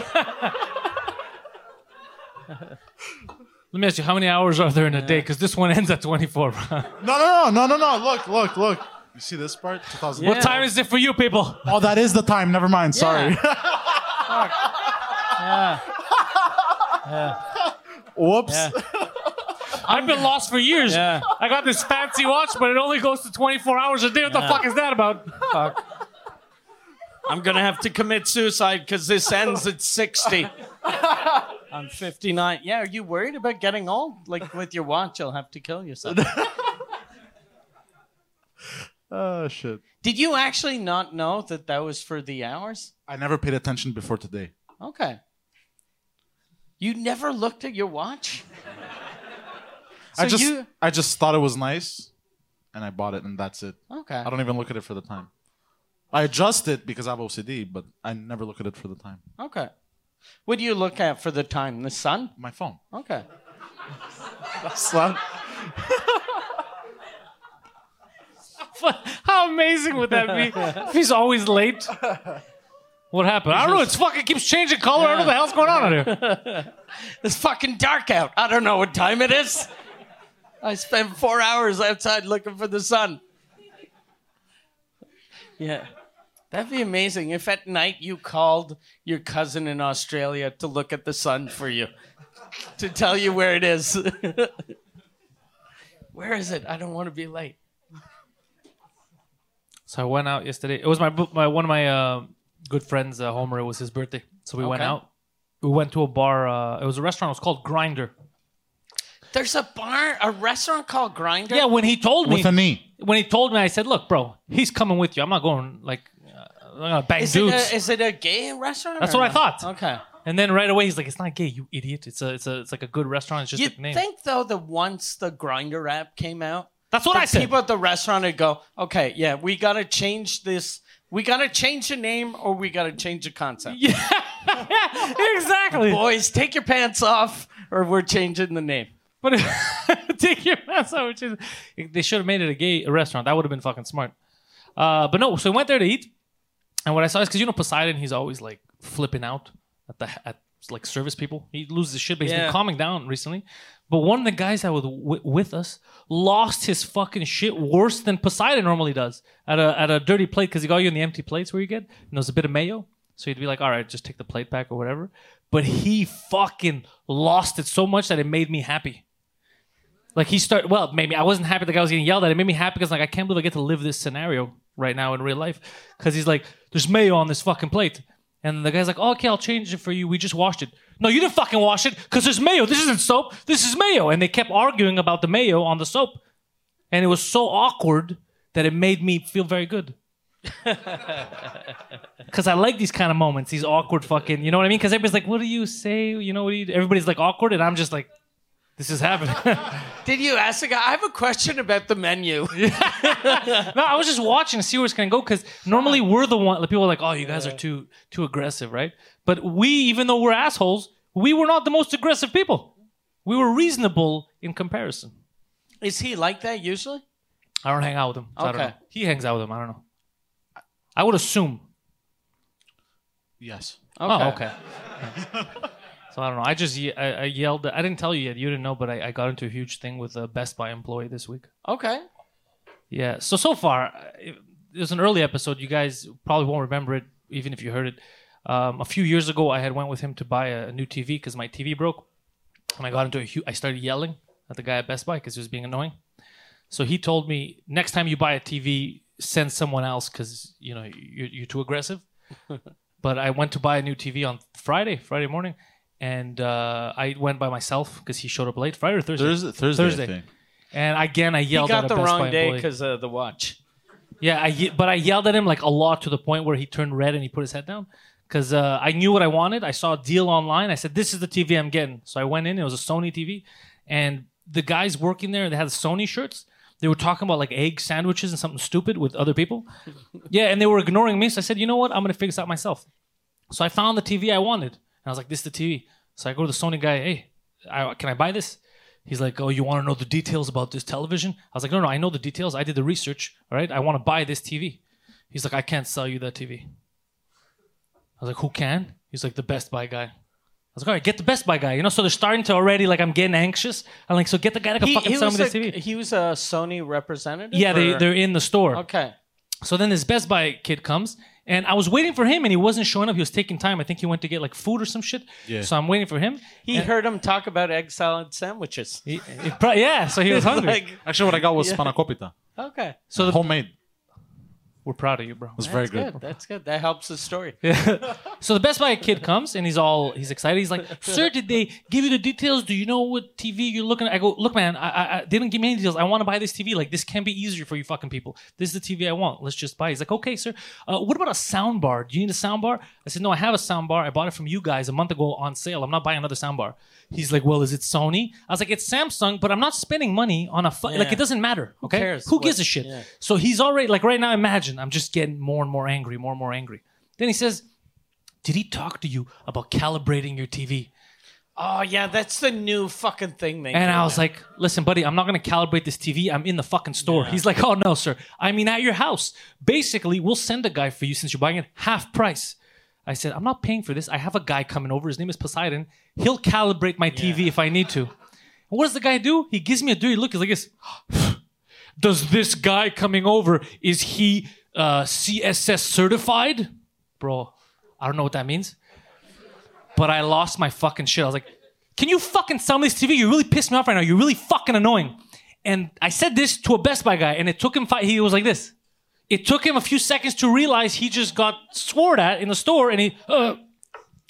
Speaker 3: Let me ask you, how many hours are there in a day? Because this one ends at 24. bro.
Speaker 5: No, no, no, no, no, no. Look, look, look. You see this part? 2000.
Speaker 3: What time is it for you people?
Speaker 5: Oh, that is the time. Never mind. Sorry. Whoops.
Speaker 3: I've been lost for years.
Speaker 4: Yeah.
Speaker 3: I got this fancy watch, but it only goes to 24 hours a day. What the fuck is that about?
Speaker 4: I'm gonna have to commit suicide because this ends at 60. I'm 59. Yeah, are you worried about getting old? Like with your watch, you'll have to kill yourself.
Speaker 5: Oh shit.
Speaker 4: Did you actually not know that that was for the hours?
Speaker 5: I never paid attention before today.
Speaker 4: Okay. You never looked at your watch?
Speaker 5: I just
Speaker 4: you-
Speaker 5: I just thought it was nice and I bought it and that's it.
Speaker 4: Okay.
Speaker 5: I don't even look at it for the time. I adjust it because I have OCD, but I never look at it for the time.
Speaker 4: Okay. What do you look at for the time? The sun?
Speaker 5: My phone.
Speaker 4: Okay.
Speaker 5: Slap.
Speaker 3: How amazing would that be? If he's always late. What happened? I don't know. It's fucking keeps changing color. I don't know what the hell's going on out here.
Speaker 4: It's fucking dark out. I don't know what time it is. I spent four hours outside looking for the sun. Yeah. That'd be amazing if at night you called your cousin in Australia to look at the sun for you, to tell you where it is. where is it? I don't want to be late.
Speaker 3: So I went out yesterday. It was my my one of my uh, good friends, uh, Homer. It was his birthday, so we went
Speaker 4: Okay.
Speaker 3: out. We went to a bar. Uh, it was a restaurant. It was called Grinder.
Speaker 4: There's a bar, a restaurant called Grinder.
Speaker 3: Yeah, when he told me
Speaker 5: With a knee.
Speaker 3: when he told me, I said, "Look, bro, he's coming with you. I'm not going like uh, I'm not gonna bang
Speaker 4: Is it,
Speaker 3: dudes."
Speaker 4: a, is it a gay restaurant?
Speaker 3: That's
Speaker 4: or
Speaker 3: what I
Speaker 4: no?
Speaker 3: thought.
Speaker 4: Okay.
Speaker 3: and then right away he's like, "It's not gay, you idiot. It's a it's a it's like a good restaurant. It's just
Speaker 4: You'd
Speaker 3: a name."
Speaker 4: think though that once the grinder app came out,
Speaker 3: That's what
Speaker 4: the
Speaker 3: I said.
Speaker 4: people at the restaurant would go, "Okay, yeah, we gotta change this. We gotta change the name, or we gotta change the concept.
Speaker 3: exactly.
Speaker 4: Boys, take your pants off, or we're changing the name."
Speaker 3: But take your mask off, which is they should have made it a gay restaurant. That would have been fucking smart. Uh, but no, so we went there to eat, and what I saw is because you know Poseidon, he's always like flipping out at the at like service people. He loses his shit, but he's
Speaker 4: Yeah.
Speaker 3: been calming down recently. But one of the guys that was w- with us lost his fucking shit worse than Poseidon normally does at a at a dirty plate because he got you in the empty plates where you get and there was a bit of mayo. So he'd be like, "All right, just take the plate back or whatever." But he fucking lost it so much that it made me happy. Like he started. Well, maybe I wasn't happy the guy was getting yelled at. It made me happy because like I can't believe I get to live this scenario right now in real life. Because he's like, "There's mayo on this fucking plate," and the guy's like, "Okay, I'll change it for you. We just washed it." No, you didn't fucking wash it because there's mayo. This isn't soap. This is mayo. And they kept arguing about the mayo on the soap, and it was so awkward that it made me feel very good. Because I like these kind of moments, these awkward fucking, you know what I mean? Because everybody's like, "What do you say?" You know what? Do you, everybody's like awkward, and I'm just like, "This is happening."
Speaker 4: Did you ask the guy? I have a question about the menu.
Speaker 3: No, I was just watching to see where it's gonna go because normally we're the one. Like, people are like, "Oh, you guys are too too aggressive, right?" But we, even though we're assholes, we were not the most aggressive people. We were reasonable in comparison.
Speaker 4: Is he like that usually?
Speaker 3: I don't hang out with him. so I don't
Speaker 4: Okay.
Speaker 3: know. He hangs out with him. I don't know. I would assume.
Speaker 5: Yes.
Speaker 3: Oh, okay. so I don't know. I just ye- I, I yelled. I didn't tell you yet. You didn't know, but I, I got into a huge thing with a Best Buy employee this week.
Speaker 4: Okay.
Speaker 3: Yeah. So so far, uh, it it was an early episode. You guys probably won't remember it, even if you heard it. Um, a few years ago, I had went with him to buy a, a new TV because my TV broke, and I got into a huge. I started yelling at the guy at Best Buy because he was being annoying. So he told me next time you buy a TV, send someone else because you know you're, you're too aggressive. but I went to buy a new TV on Friday, Friday morning, and uh, I went by myself because he showed up late Friday or Thursday.
Speaker 5: Thursday Thursday.
Speaker 3: Thursday.
Speaker 5: I think.
Speaker 3: And again, I
Speaker 4: He
Speaker 3: yelled
Speaker 4: got
Speaker 3: at
Speaker 4: the
Speaker 3: a Best Buy
Speaker 4: wrong day
Speaker 3: employee.
Speaker 4: because of the watch.
Speaker 3: Yeah, I, ye- but I yelled at him like a lot to the point where he turned red and he put his head down because uh, I knew what I wanted. I saw a deal online. I said, "This is the TV I'm getting." So I went in. It was a Sony TV, and the guys working there they had Sony shirts. They were talking about like egg sandwiches and something stupid with other people. Yeah, and they were ignoring me. So I said, you know what? I'm gonna figure this out myself. So I found the TV I wanted, and I was like, this is the TV. So I go to the Sony guy. Hey, I, can I buy this? He's like, oh, you want to know the details about this television? I was like, no, no, I know the details. I did the research. All right, I want to buy this TV. He's like, I can't sell you that TV. I was like, who can? He's like, the Best Buy guy. I was like, all right, get the Best Buy guy. You know, so they're starting to already like I'm getting anxious. I'm like, so get the guy that can fucking sell me
Speaker 4: was
Speaker 3: this
Speaker 4: a,
Speaker 3: TV.
Speaker 4: he was a Sony representative.
Speaker 3: yeah, they,
Speaker 4: or-
Speaker 3: they're in the store.
Speaker 4: Okay.
Speaker 3: So then this Best Buy kid comes, and I was waiting for him, and he wasn't showing up. He was taking time. I think he went to get like food or some shit. Yeah. So I'm waiting for him.
Speaker 4: He heard him talk about egg salad sandwiches.
Speaker 3: He, he pro- yeah, so he was hungry.
Speaker 4: Like,
Speaker 5: Actually, what I got was spanakopita,
Speaker 4: okay.
Speaker 3: so the,
Speaker 5: homemade. It
Speaker 3: we're proud of you, bro.
Speaker 5: was very
Speaker 4: That's
Speaker 5: good.
Speaker 4: good. That's good. That helps the story.
Speaker 3: So the Best Buy kid comes and he's all he's excited. He's like, "Sir, did they give you the details? Do you know what TV you're looking at?" I go, "Look, man, I, I, I they didn't give me any details. I want to buy this TV. Like this can be easier for you fucking people. This is the TV I want. Let's just buy." it." He's like, "Okay, sir. Uh, what about a sound bar? Do you need a sound bar?" I said, "No, I have a sound bar. I bought it from you guys a month ago on sale. I'm not buying another sound bar." He's like, "Well, is it Sony?" I was like, "It's Samsung, but I'm not spending money on a fu- like it doesn't matter. Okay, who,
Speaker 4: cares what-
Speaker 3: gives a shit?"
Speaker 4: yeah.
Speaker 3: So he's already like right now. Imagine I'm just getting more and more angry, more and more angry. Then he says did he talk to you about calibrating your TV?
Speaker 4: Oh yeah, that's the new fucking thing they.
Speaker 3: And
Speaker 4: do
Speaker 3: I was
Speaker 4: now.
Speaker 3: like, listen, buddy, I'm not going to calibrate this TV. I'm in the fucking store. He's like, oh, no, sir. I mean, at your house. Basically, we'll send a guy for you since you're buying it half price. I said, I'm not paying for this. I have a guy coming over. His name is Poseidon. He'll calibrate my TV if I need to. And what does the guy do? He gives me a dirty look. He's like, this. does this guy coming over, is he uh, CSS certified? Bro, I don't know what that means. But I lost my fucking shit. I was like, can you fucking sell me this TV? You really pissed me off right now. You're really fucking annoying. And I said this to a Best Buy guy, and it took him five. He was like this. It took him a few seconds to realize he just got swore at in the store, and he, uh,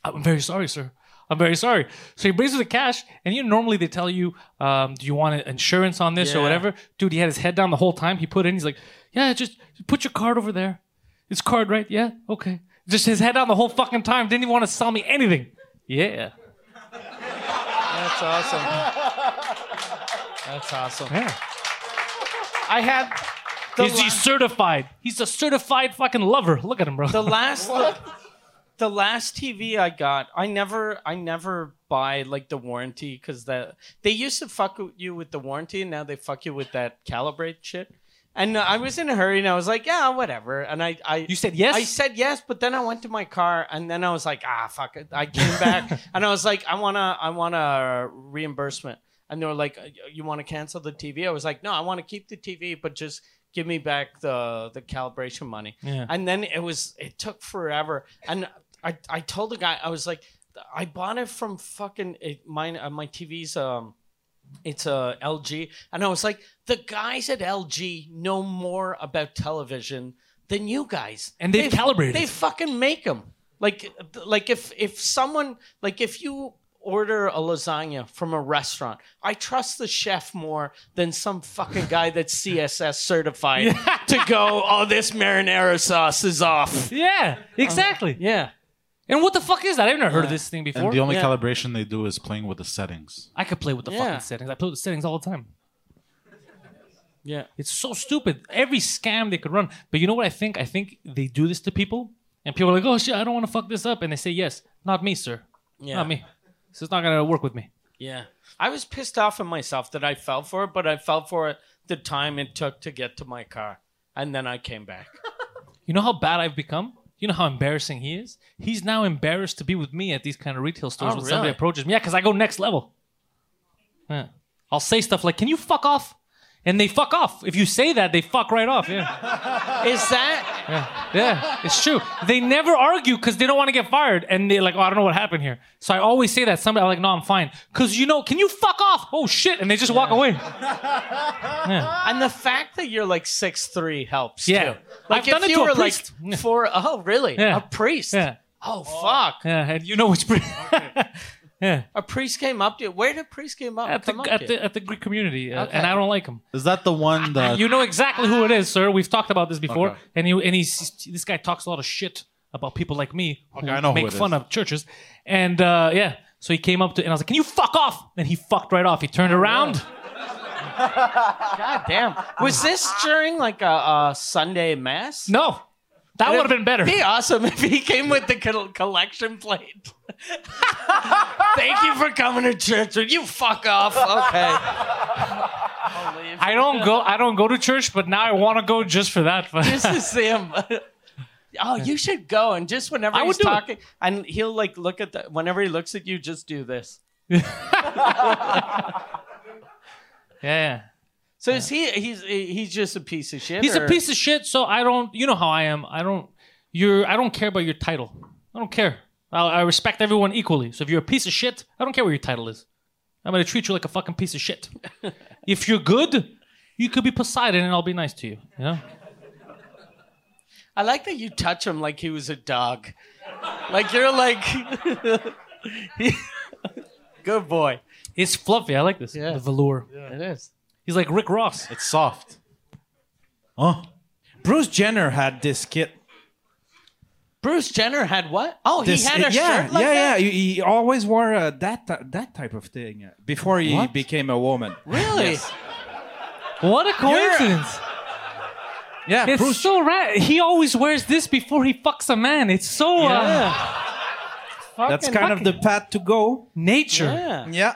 Speaker 3: I'm very sorry, sir. I'm very sorry. So he brings her the cash, and you know, normally they tell you, um, do you want insurance on this or
Speaker 4: Yeah.
Speaker 3: whatever? Dude, he had his head down the whole time. He put it in. He's like, yeah, just put your card over there. His card, right? Yeah, okay. Just his head down the whole fucking time. Didn't even want to sell me anything. Yeah.
Speaker 4: that's awesome. that's awesome.
Speaker 3: Yeah.
Speaker 4: I had. The
Speaker 3: Is he
Speaker 4: la-
Speaker 3: certified? He's a certified fucking lover. Look at him, bro.
Speaker 4: the last the last TV I got, I never I never buy like the warranty because that they used to fuck with you with the warranty and now they fuck you with that calibrate shit. And uh, I was in a hurry and I was like, yeah, whatever. And I, I
Speaker 3: You said yes?
Speaker 4: I said yes, but then I went to my car and then I was like, ah, fuck it. I came back and I was like, I wanna I want a reimbursement. And they were like, "Uh, you want to cancel the TV? I was like, no, I want to keep the TV, but just give me back the the calibration money.
Speaker 3: Yeah.
Speaker 4: And then it was it took forever. And I I told the guy I was like I bought it from fucking it, mine uh, my TV's um it's a LG and I was like the guys at LG know more about television than you guys.
Speaker 3: And they've
Speaker 4: They-
Speaker 3: calibrated.
Speaker 4: They fucking make them. Like like if if someone like if you order a lasagna from a restaurant, I trust the chef more than some fucking guy that's CSS certified to go, "Oh, this marinara sauce is off."
Speaker 3: Uh, yeah, exactly.
Speaker 4: Yeah.
Speaker 3: And what the fuck is that? I've never heard of this thing before.
Speaker 5: And the only calibration they do is playing with the settings.
Speaker 3: I could play with the
Speaker 4: Yeah.
Speaker 3: fucking settings. I play with the settings all the time.
Speaker 4: Yeah.
Speaker 3: It's so stupid. Every scam they could run. But you know what I think? I think they do this to people, and people are like, "Oh shit, I don't want to fuck this up," and they say, "Yes, not me, sir.
Speaker 4: Yeah.
Speaker 3: Not me. This is not gonna work with me."
Speaker 4: Yeah. I was pissed off at myself that I fell for it, but I fell for it the time it took to get to my car. And then I came back.
Speaker 3: You know how bad I've become? You know how embarrassing he is? He's now embarrassed to be with me at these kind of retail stores
Speaker 4: Oh,
Speaker 3: when somebody
Speaker 4: really?
Speaker 3: approaches me. Yeah, because I go next level. Yeah. I'll say stuff like, Can you fuck off? And they fuck off. If you say that, they fuck right off. Yeah.
Speaker 4: Is that
Speaker 3: Yeah. It's true. They never argue because they don't want to get fired. And they're like, Oh, I don't know what happened here. So I always say that. Somebody, I'm like, No, I'm fine. Because you know, can you fuck off? Oh, shit. And they just walk away.
Speaker 4: and the fact that you're like six three helps
Speaker 3: Yeah.
Speaker 4: too. Like
Speaker 3: I've
Speaker 4: if
Speaker 3: done it
Speaker 4: you
Speaker 3: to a
Speaker 4: were
Speaker 3: priest.
Speaker 4: like four oh really?
Speaker 3: Yeah.
Speaker 4: A priest.
Speaker 3: Yeah.
Speaker 4: Oh fuck.
Speaker 3: Yeah. And you know which.
Speaker 4: A priest came up to you. Where did a priest came up?
Speaker 3: at, the,
Speaker 4: come up to
Speaker 3: at,
Speaker 4: you?
Speaker 3: the, at the Greek community. uh, And I don't like him.
Speaker 5: Is that the one that
Speaker 3: You know exactly who it is, sir. We've talked about this before.
Speaker 5: Okay.
Speaker 3: And you and he's this guy talks a lot of shit about people like me who
Speaker 5: Okay, I know who
Speaker 3: make
Speaker 5: it
Speaker 3: fun
Speaker 5: is.
Speaker 3: of churches. And uh, yeah, so he came up to and I was like, "Can you fuck off?" And he fucked right off. He turned around.
Speaker 4: God damn. Was this during like a, a Sunday mass?
Speaker 3: No, that would have been better.
Speaker 4: It'd be awesome if he came with the col- collection plate. Thank you for coming to church. Would you fuck off? Okay.
Speaker 3: I don't go. I don't go to church, but now I want to go just for that.
Speaker 4: This is him. Oh, you should go and just whenever
Speaker 3: I would
Speaker 4: he's
Speaker 3: do it.
Speaker 4: talking, and he'll like look at the whenever he looks at you, just do this.
Speaker 3: yeah.
Speaker 4: So is he? He's he's just a piece of shit.
Speaker 3: He's
Speaker 4: or-
Speaker 3: a piece of shit. So I don't. You know how I am. I don't. You're. I don't care about your title. I don't care. I, I respect everyone equally. So if you're a piece of shit, I don't care what your title is. I'm gonna treat you like a fucking piece of shit. if you're good, you could be Poseidon, and I'll be nice to you. You know.
Speaker 4: I like that you touch him like he was a dog. Like you're like, good boy.
Speaker 3: It's fluffy. I like this.
Speaker 4: Yeah.
Speaker 3: The velour.
Speaker 4: It is.
Speaker 3: He's like Rick Ross.
Speaker 5: It's soft.
Speaker 6: Oh. Bruce Jenner had this kit.
Speaker 4: Bruce Jenner had what? Oh,
Speaker 6: This,
Speaker 4: he had a
Speaker 6: yeah,
Speaker 4: shirt like
Speaker 6: yeah,
Speaker 4: that.
Speaker 6: yeah. He, he always wore uh, that ti- that type of thing uh, before he
Speaker 5: What?
Speaker 6: became a woman.
Speaker 4: Really?
Speaker 3: What a coincidence.
Speaker 6: Yeah,
Speaker 3: It's
Speaker 6: Bruce.
Speaker 3: so rad. He always wears this before he fucks a man. It's so. Uh,
Speaker 6: That's
Speaker 3: fucking-
Speaker 6: kind of
Speaker 3: fucking
Speaker 6: the path to go.
Speaker 3: nature.
Speaker 4: Yeah.
Speaker 6: Yeah.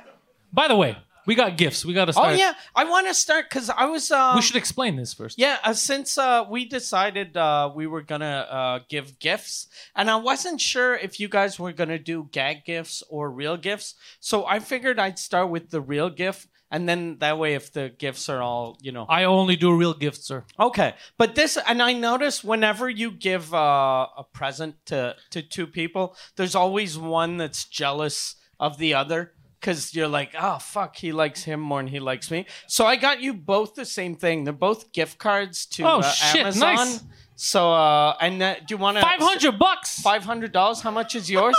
Speaker 3: By the way, we got gifts. We got to
Speaker 4: Oh
Speaker 3: start.
Speaker 4: yeah. I want to start because I was. Um,
Speaker 3: We should explain this first.
Speaker 4: Yeah, uh, since uh, we decided uh, we were gonna uh, give gifts, and I wasn't sure if you guys were gonna do gag gifts or real gifts, so I figured I'd start with the real gift, and then that way, if the gifts are all, you know,
Speaker 3: I only do real gifts, sir.
Speaker 4: okay. But this, and I noticed whenever you give uh, a present to to two people, there's always one that's jealous of the other. Cause you're like, oh fuck, he likes him more than he likes me. So I got you both the same thing. They're both gift cards to
Speaker 3: Oh,
Speaker 4: uh,
Speaker 3: shit,
Speaker 4: Amazon.
Speaker 3: nice.
Speaker 4: So uh, and uh, do you want to
Speaker 3: Five hundred bucks.
Speaker 4: Five hundred dollars. How much is yours?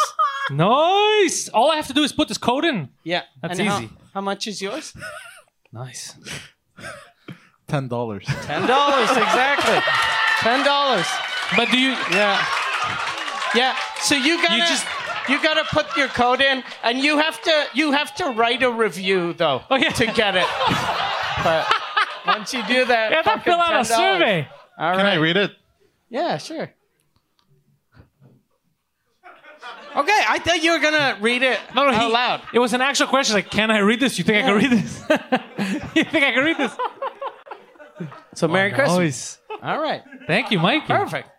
Speaker 3: Nice. All I have to do is put this code in.
Speaker 4: yeah,
Speaker 3: That's
Speaker 4: And how-
Speaker 3: easy.
Speaker 4: How much is yours?
Speaker 3: Nice.
Speaker 5: Ten dollars.
Speaker 4: Ten dollars exactly. Ten dollars.
Speaker 3: But do you?
Speaker 4: Yeah. Yeah. So you gotta you,
Speaker 3: just-
Speaker 4: gotta put your code in, and you have to you have to write a review though
Speaker 3: Oh, yeah.
Speaker 4: to get it. but once you do that,
Speaker 3: Yeah, that
Speaker 4: fucking
Speaker 3: fill out a
Speaker 4: $10.
Speaker 3: survey.
Speaker 4: All right.
Speaker 5: Can I read it?
Speaker 4: Yeah, sure. Okay, I thought you were gonna read it
Speaker 3: No, no,
Speaker 4: out
Speaker 3: he-
Speaker 4: loud.
Speaker 3: It was an actual question. Like, can I read this? You think I can read this? you think I can read this?
Speaker 4: So
Speaker 3: Oh,
Speaker 4: Merry Christmas.
Speaker 3: Nice.
Speaker 4: All right.
Speaker 3: Thank you, Mike.
Speaker 4: Perfect.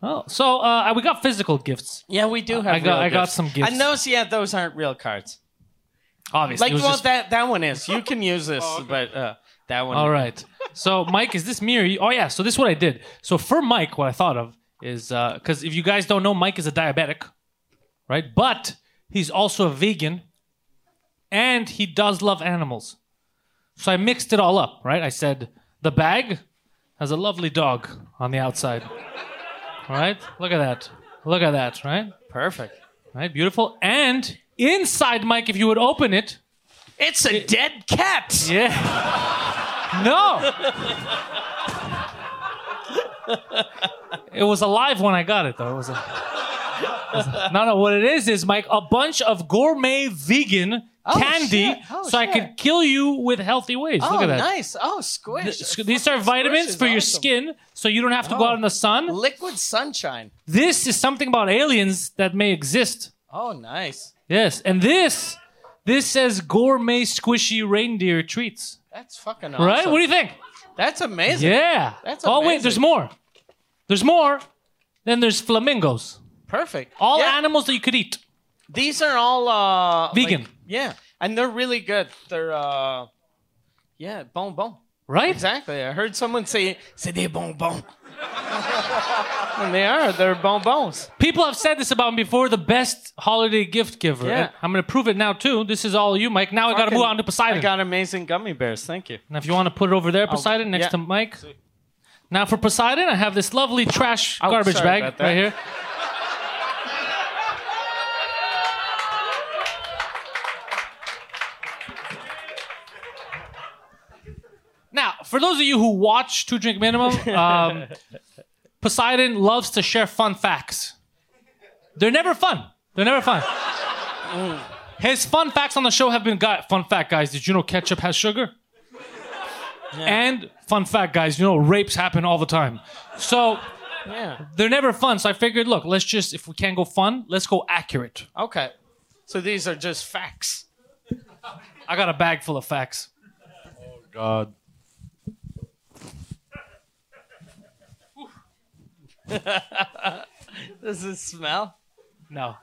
Speaker 3: Oh, so uh, we got physical gifts.
Speaker 4: Yeah, we do have.
Speaker 3: I got-
Speaker 4: real
Speaker 3: I got
Speaker 4: gifts.
Speaker 3: some gifts.
Speaker 4: And those, yeah, those aren't real cards.
Speaker 3: Obviously,
Speaker 4: Like,
Speaker 3: It was
Speaker 4: well,
Speaker 3: just-
Speaker 4: that that one is. You can use this, but uh, that one.
Speaker 3: All right. So, Mike, is this me or you? Oh, yeah. So, this is what I did. So, for Mike, what I thought of is because if you guys don't know, Mike is a diabetic, right? But he's also a vegan and he does love animals. So, I mixed it all up, right? I said, the bag has a lovely dog on the outside. All right. Look at that. Look at that, right?
Speaker 4: Perfect.
Speaker 3: Right. Beautiful. And inside, Mike, if you would open it,
Speaker 4: It's a dead cat.
Speaker 3: yeah. No. it was alive when I got it, though. It was. A, it was a- no, no. What it is is Mike, a bunch of gourmet vegan candy,
Speaker 4: shit. Oh,
Speaker 3: so I could
Speaker 4: shit.
Speaker 3: kill you with healthy ways.
Speaker 4: Oh,
Speaker 3: Look at that.
Speaker 4: nice. Oh, squish.
Speaker 3: Th-
Speaker 4: It
Speaker 3: These are
Speaker 4: fucking
Speaker 3: vitamins
Speaker 4: squishes.
Speaker 3: for your
Speaker 4: Awesome. Oh.
Speaker 3: skin, so you don't have to go out in the sun.
Speaker 4: Liquid sunshine.
Speaker 3: This is something about aliens that may exist.
Speaker 4: Oh, nice.
Speaker 3: Yes, and this, this says gourmet squishy reindeer treats.
Speaker 4: That's fucking awesome.
Speaker 3: Right? What do you think?
Speaker 4: That's amazing.
Speaker 3: Yeah.
Speaker 4: That's
Speaker 3: oh wait, there's
Speaker 4: amazing.
Speaker 3: more. There's more. Then there's flamingos.
Speaker 4: Perfect.
Speaker 3: All
Speaker 4: Yeah,
Speaker 3: animals that you could eat.
Speaker 4: These are all uh, like-
Speaker 3: Vegan.
Speaker 4: yeah, and they're really good. They're uh, yeah, bon bon.
Speaker 3: Right?
Speaker 4: Exactly. I heard someone say, c'est des bonbons. and they are. They're bonbons.
Speaker 3: People have said this about me before. The best holiday gift giver.
Speaker 4: Yeah.
Speaker 3: And I'm gonna prove it now too. This is all you, Mike. Now I gotta move on to Poseidon.
Speaker 4: I got amazing gummy bears. Thank you.
Speaker 3: now if you wanna put it over there, Poseidon, next
Speaker 4: yeah.
Speaker 3: to Mike. Now for Poseidon, I have this lovely trash garbage
Speaker 4: Oh, sorry
Speaker 3: bag
Speaker 4: about that.
Speaker 3: right here. Now, for those of you who watch Two Drink Minimum, um, Poseidon loves to share fun facts. They're never fun. They're never fun. His fun facts on the show have been got fun fact guys. Did you know ketchup has sugar? And fun fact, guys, you know rapes happen all the time, so
Speaker 4: Yeah.
Speaker 3: they're never fun. So I figured, look, let's just if we can't go fun, let's go accurate.
Speaker 4: Okay. So these are just facts.
Speaker 3: I got a bag full of facts.
Speaker 5: God.
Speaker 4: Does this smell?
Speaker 3: No.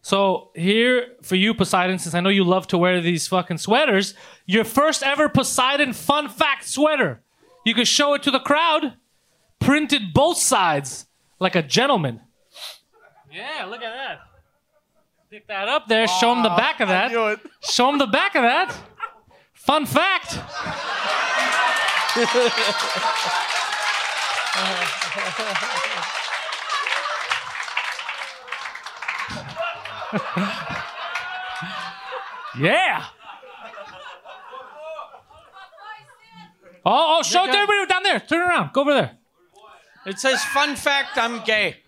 Speaker 3: So here for you, Poseidon, since I know you love to wear these fucking sweaters, your first ever Poseidon fun fact sweater. You can show it to the crowd. Printed both sides like a gentleman. Yeah, look at that. Pick that up there. Show him the back of that.
Speaker 5: knew it.
Speaker 3: Show him the back of that. Fun fact. yeah. Oh, oh, show it to everybody down there. Turn around. Go over there.
Speaker 4: It says, fun fact, I'm gay.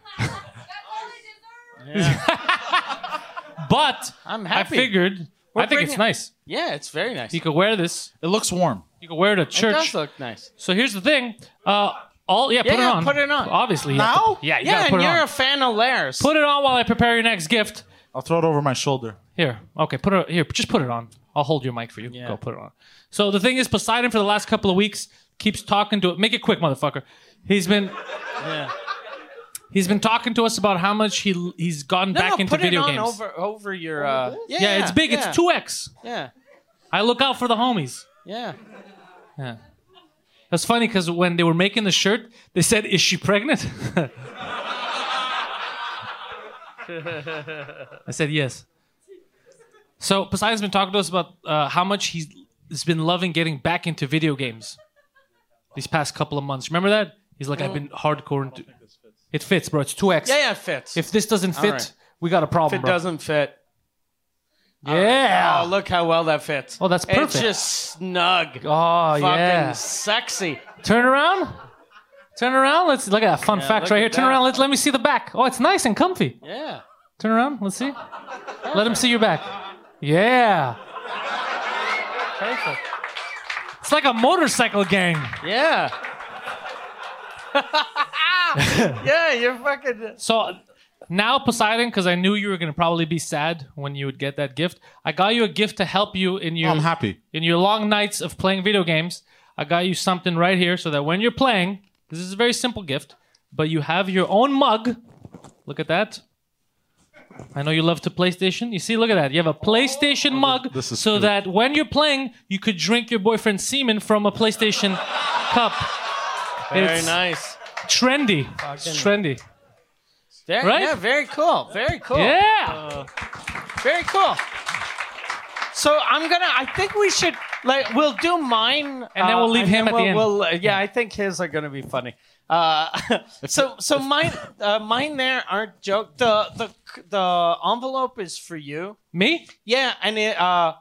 Speaker 3: But
Speaker 4: I'm
Speaker 3: I
Speaker 4: happy.
Speaker 3: figured, I think
Speaker 4: bringing-
Speaker 3: it's nice.
Speaker 4: Yeah, it's very nice.
Speaker 3: You could wear this.
Speaker 5: It looks warm.
Speaker 3: You could wear it at
Speaker 4: It
Speaker 3: church.
Speaker 4: does look nice.
Speaker 3: So here's the thing. Uh, all yeah, put it
Speaker 4: Yeah,
Speaker 3: on.
Speaker 4: put it on.
Speaker 3: Obviously. you have
Speaker 5: Now?
Speaker 3: to- yeah, you
Speaker 4: Yeah,
Speaker 3: gotta put
Speaker 4: and
Speaker 3: it
Speaker 4: you're
Speaker 3: on.
Speaker 4: a fan of Lairs.
Speaker 3: put it on while I prepare your next gift.
Speaker 5: I'll throw it over my shoulder.
Speaker 3: Here, okay, put it here. Just put it on. I'll hold your mic for you.
Speaker 4: Yeah.
Speaker 3: Go put it on. So the thing is, Poseidon for the last couple of weeks keeps talking to it. Make it quick, motherfucker. He's been. He's been talking to us about how much he he's gotten
Speaker 4: no,
Speaker 3: back
Speaker 4: no,
Speaker 3: into
Speaker 4: put
Speaker 3: video
Speaker 4: it on
Speaker 3: games.
Speaker 4: over over your. Uh, yeah,
Speaker 3: yeah, it's big.
Speaker 4: yeah,
Speaker 3: It's two x.
Speaker 4: Yeah,
Speaker 3: I look out for the homies.
Speaker 4: yeah.
Speaker 3: Yeah. That's funny because when they were making the shirt, they said, "Is she pregnant?" I said yes. So Poseidon's been talking to us about uh, how much he's, he's been loving getting back into video games these past couple of months. Remember that? He's like, "I've been hardcore into." It fits, bro. It's two X.
Speaker 4: Yeah, yeah, it fits.
Speaker 3: If this doesn't fit,
Speaker 4: right.
Speaker 3: we got a problem,
Speaker 4: if it
Speaker 3: bro.
Speaker 4: doesn't fit.
Speaker 3: yeah.
Speaker 4: Oh, look how well that fits.
Speaker 3: Ah. Oh, that's
Speaker 4: It's
Speaker 3: perfect.
Speaker 4: just snug.
Speaker 3: Oh,
Speaker 4: fucking
Speaker 3: yeah.
Speaker 4: sexy.
Speaker 3: Turn around. Turn around. Let's look at that fun fact
Speaker 4: look
Speaker 3: right
Speaker 4: at
Speaker 3: here. Turn
Speaker 4: that.
Speaker 3: around. Let, let me see the back. Oh, it's nice and comfy.
Speaker 4: Yeah.
Speaker 3: Turn around. Let's see. Let him see your back. Yeah.
Speaker 4: Perfect.
Speaker 3: It's like a motorcycle gang.
Speaker 4: Yeah. yeah, you're fucking.
Speaker 3: So now, Poseidon, because I knew you were going to probably be sad when you would get that gift, I got you a gift to help you in your
Speaker 5: I'm happy.
Speaker 3: in your long nights of playing video games. I got you something right here so that when you're playing, this is a very simple gift, but you have your own mug. Look at that. I know you love to PlayStation. You see, look at that. You have a PlayStation mug
Speaker 5: Oh, this is
Speaker 3: so
Speaker 5: cute.
Speaker 3: that when you're playing, you could drink your boyfriend's semen from a PlayStation cup.
Speaker 4: Very
Speaker 3: It's-
Speaker 4: nice.
Speaker 3: Trendy. It's trendy.
Speaker 4: Very,
Speaker 3: Right?
Speaker 4: Yeah, very cool. Very cool. Uh,
Speaker 3: Yeah.
Speaker 4: Very cool. So I'm gonna. I think we should like we'll do mine, uh,
Speaker 3: And then we'll leave him at the
Speaker 4: we'll-
Speaker 3: end.
Speaker 4: we'll- uh, yeah, I think his are gonna be funny. Uh, so so mine uh, mine there aren't joke. The the the envelope is for you.
Speaker 3: Me?
Speaker 4: Yeah, and it uh,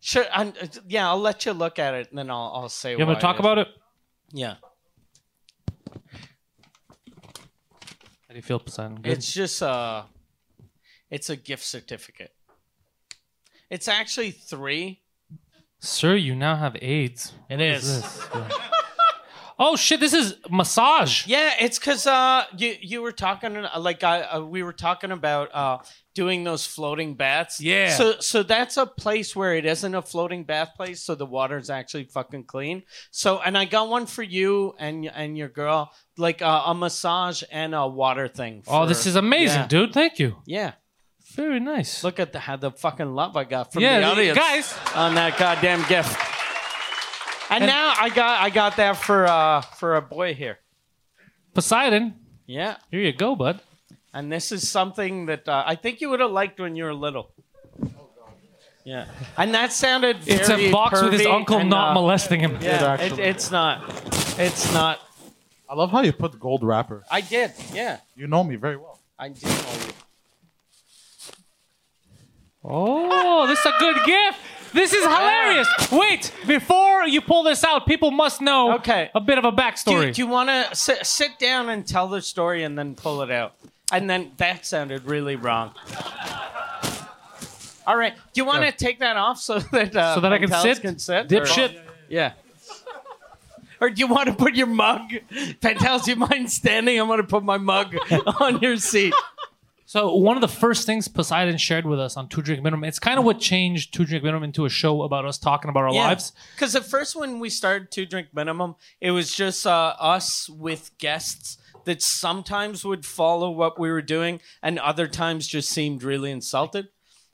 Speaker 4: sure. And uh, yeah, I'll let you look at it, and then I'll I'll say.
Speaker 3: You want me to talk about it?
Speaker 4: Yeah,
Speaker 3: How do you feel, Poseidon? Good?
Speaker 4: it's just uh, it's a gift certificate. It's actually three.
Speaker 3: Sir, you now have AIDS.
Speaker 4: It is.
Speaker 3: Oh shit! This is massage.
Speaker 4: Yeah, it's because uh, you you were talking uh, like I uh, we were talking about uh, doing those floating baths.
Speaker 3: Yeah.
Speaker 4: So so that's a place where it isn't a floating bath place, so the water's actually fucking clean. So and I got one for you and and your girl, like uh, a massage and a water thing.
Speaker 3: Oh,
Speaker 4: for-
Speaker 3: this is amazing,
Speaker 4: yeah.
Speaker 3: dude. Thank you.
Speaker 4: Yeah.
Speaker 3: Very nice.
Speaker 4: Look at the, how the fucking love I got from
Speaker 3: yeah,
Speaker 4: the audience
Speaker 3: guys.
Speaker 4: on that goddamn gift. And, now I got I got that for uh for a boy here.
Speaker 3: Poseidon,
Speaker 4: Yeah.
Speaker 3: here you go, bud.
Speaker 4: And this is something that uh, I think you would have liked when you were little. Yeah. And that sounded very
Speaker 3: It's a box with his
Speaker 4: pervy
Speaker 3: uncle
Speaker 4: and,
Speaker 3: not
Speaker 4: uh,
Speaker 3: molesting him.
Speaker 4: Yeah, it, it's not. It's not.
Speaker 5: I love how you put gold wrapper.
Speaker 4: I did. Yeah.
Speaker 5: You know me very well.
Speaker 4: I did. know you.
Speaker 3: Oh, this is a good gift. This is hilarious. Wait, before you pull this out, people must know
Speaker 4: Okay.
Speaker 3: a bit of a backstory.
Speaker 4: Do, do you want to sit, sit down and tell the story and then pull it out? And then that sounded really wrong. All right. Do you want to take that off so that uh,
Speaker 3: so that I can
Speaker 4: Pentels
Speaker 3: sit,
Speaker 4: Can sit or-
Speaker 3: dipshit.
Speaker 4: Yeah. Or do you want to put your mug? Pentels, do you mind standing? I'm going to put my mug on your seat.
Speaker 3: So one of the first things Poseidon shared with us on Two Drink Minimum, it's kind of what changed Two Drink Minimum into a show about us talking about our lives.
Speaker 4: Because at first, when we started Two Drink Minimum, it was just uh, us with guests that sometimes would follow what we were doing and other times just seemed really insulted.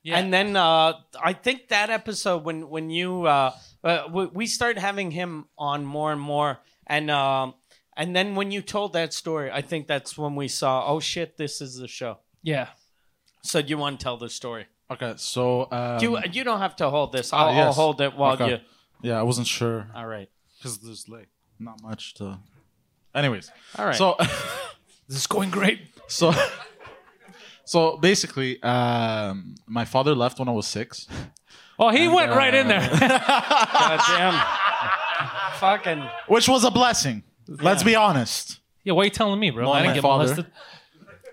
Speaker 4: And then uh, I think that episode, when, when you, uh, uh, we- we started having him on more and more. And, um, and then when you told that story, I think that's when we saw, oh shit, this is the show.
Speaker 3: Yeah.
Speaker 4: So do you want to tell the story?
Speaker 5: Okay, so um,
Speaker 4: You, you don't have to hold this. I'll, I'll
Speaker 5: yes.
Speaker 4: hold it while
Speaker 5: Okay.
Speaker 4: you.
Speaker 5: yeah, I wasn't sure
Speaker 4: All right.
Speaker 5: because there's like not much to. Anyways,
Speaker 4: All right.
Speaker 5: so
Speaker 3: This is going great.
Speaker 5: so so basically, um, my father left when I was six.
Speaker 3: Oh, he went right in there.
Speaker 4: Goddamn. Fucking.
Speaker 5: which was a blessing. Let's be honest.
Speaker 3: yeah, why are you telling me, bro?
Speaker 5: No,
Speaker 3: I didn't
Speaker 5: my
Speaker 3: get
Speaker 5: father.
Speaker 3: molested.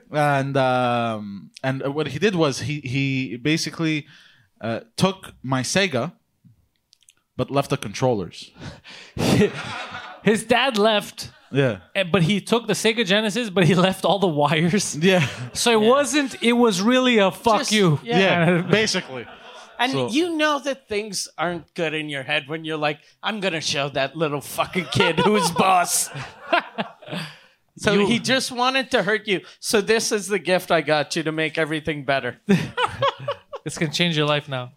Speaker 5: And um, and what he did was he he basically uh, took my Sega, but left the controllers.
Speaker 3: His dad left,
Speaker 5: Yeah.
Speaker 3: eh, but he took the Sega Genesis, but he left all the wires.
Speaker 5: Yeah.
Speaker 3: So it wasn't. It was really a fuck
Speaker 4: Just-
Speaker 3: you.
Speaker 4: yeah.
Speaker 5: Yeah. basically.
Speaker 4: And
Speaker 5: So-
Speaker 4: you know that things aren't good in your head when you're like, I'm going to show that little fucking kid who's boss. so he just wanted to hurt you. So this is the gift I got you to make everything better.
Speaker 3: This can change your life now.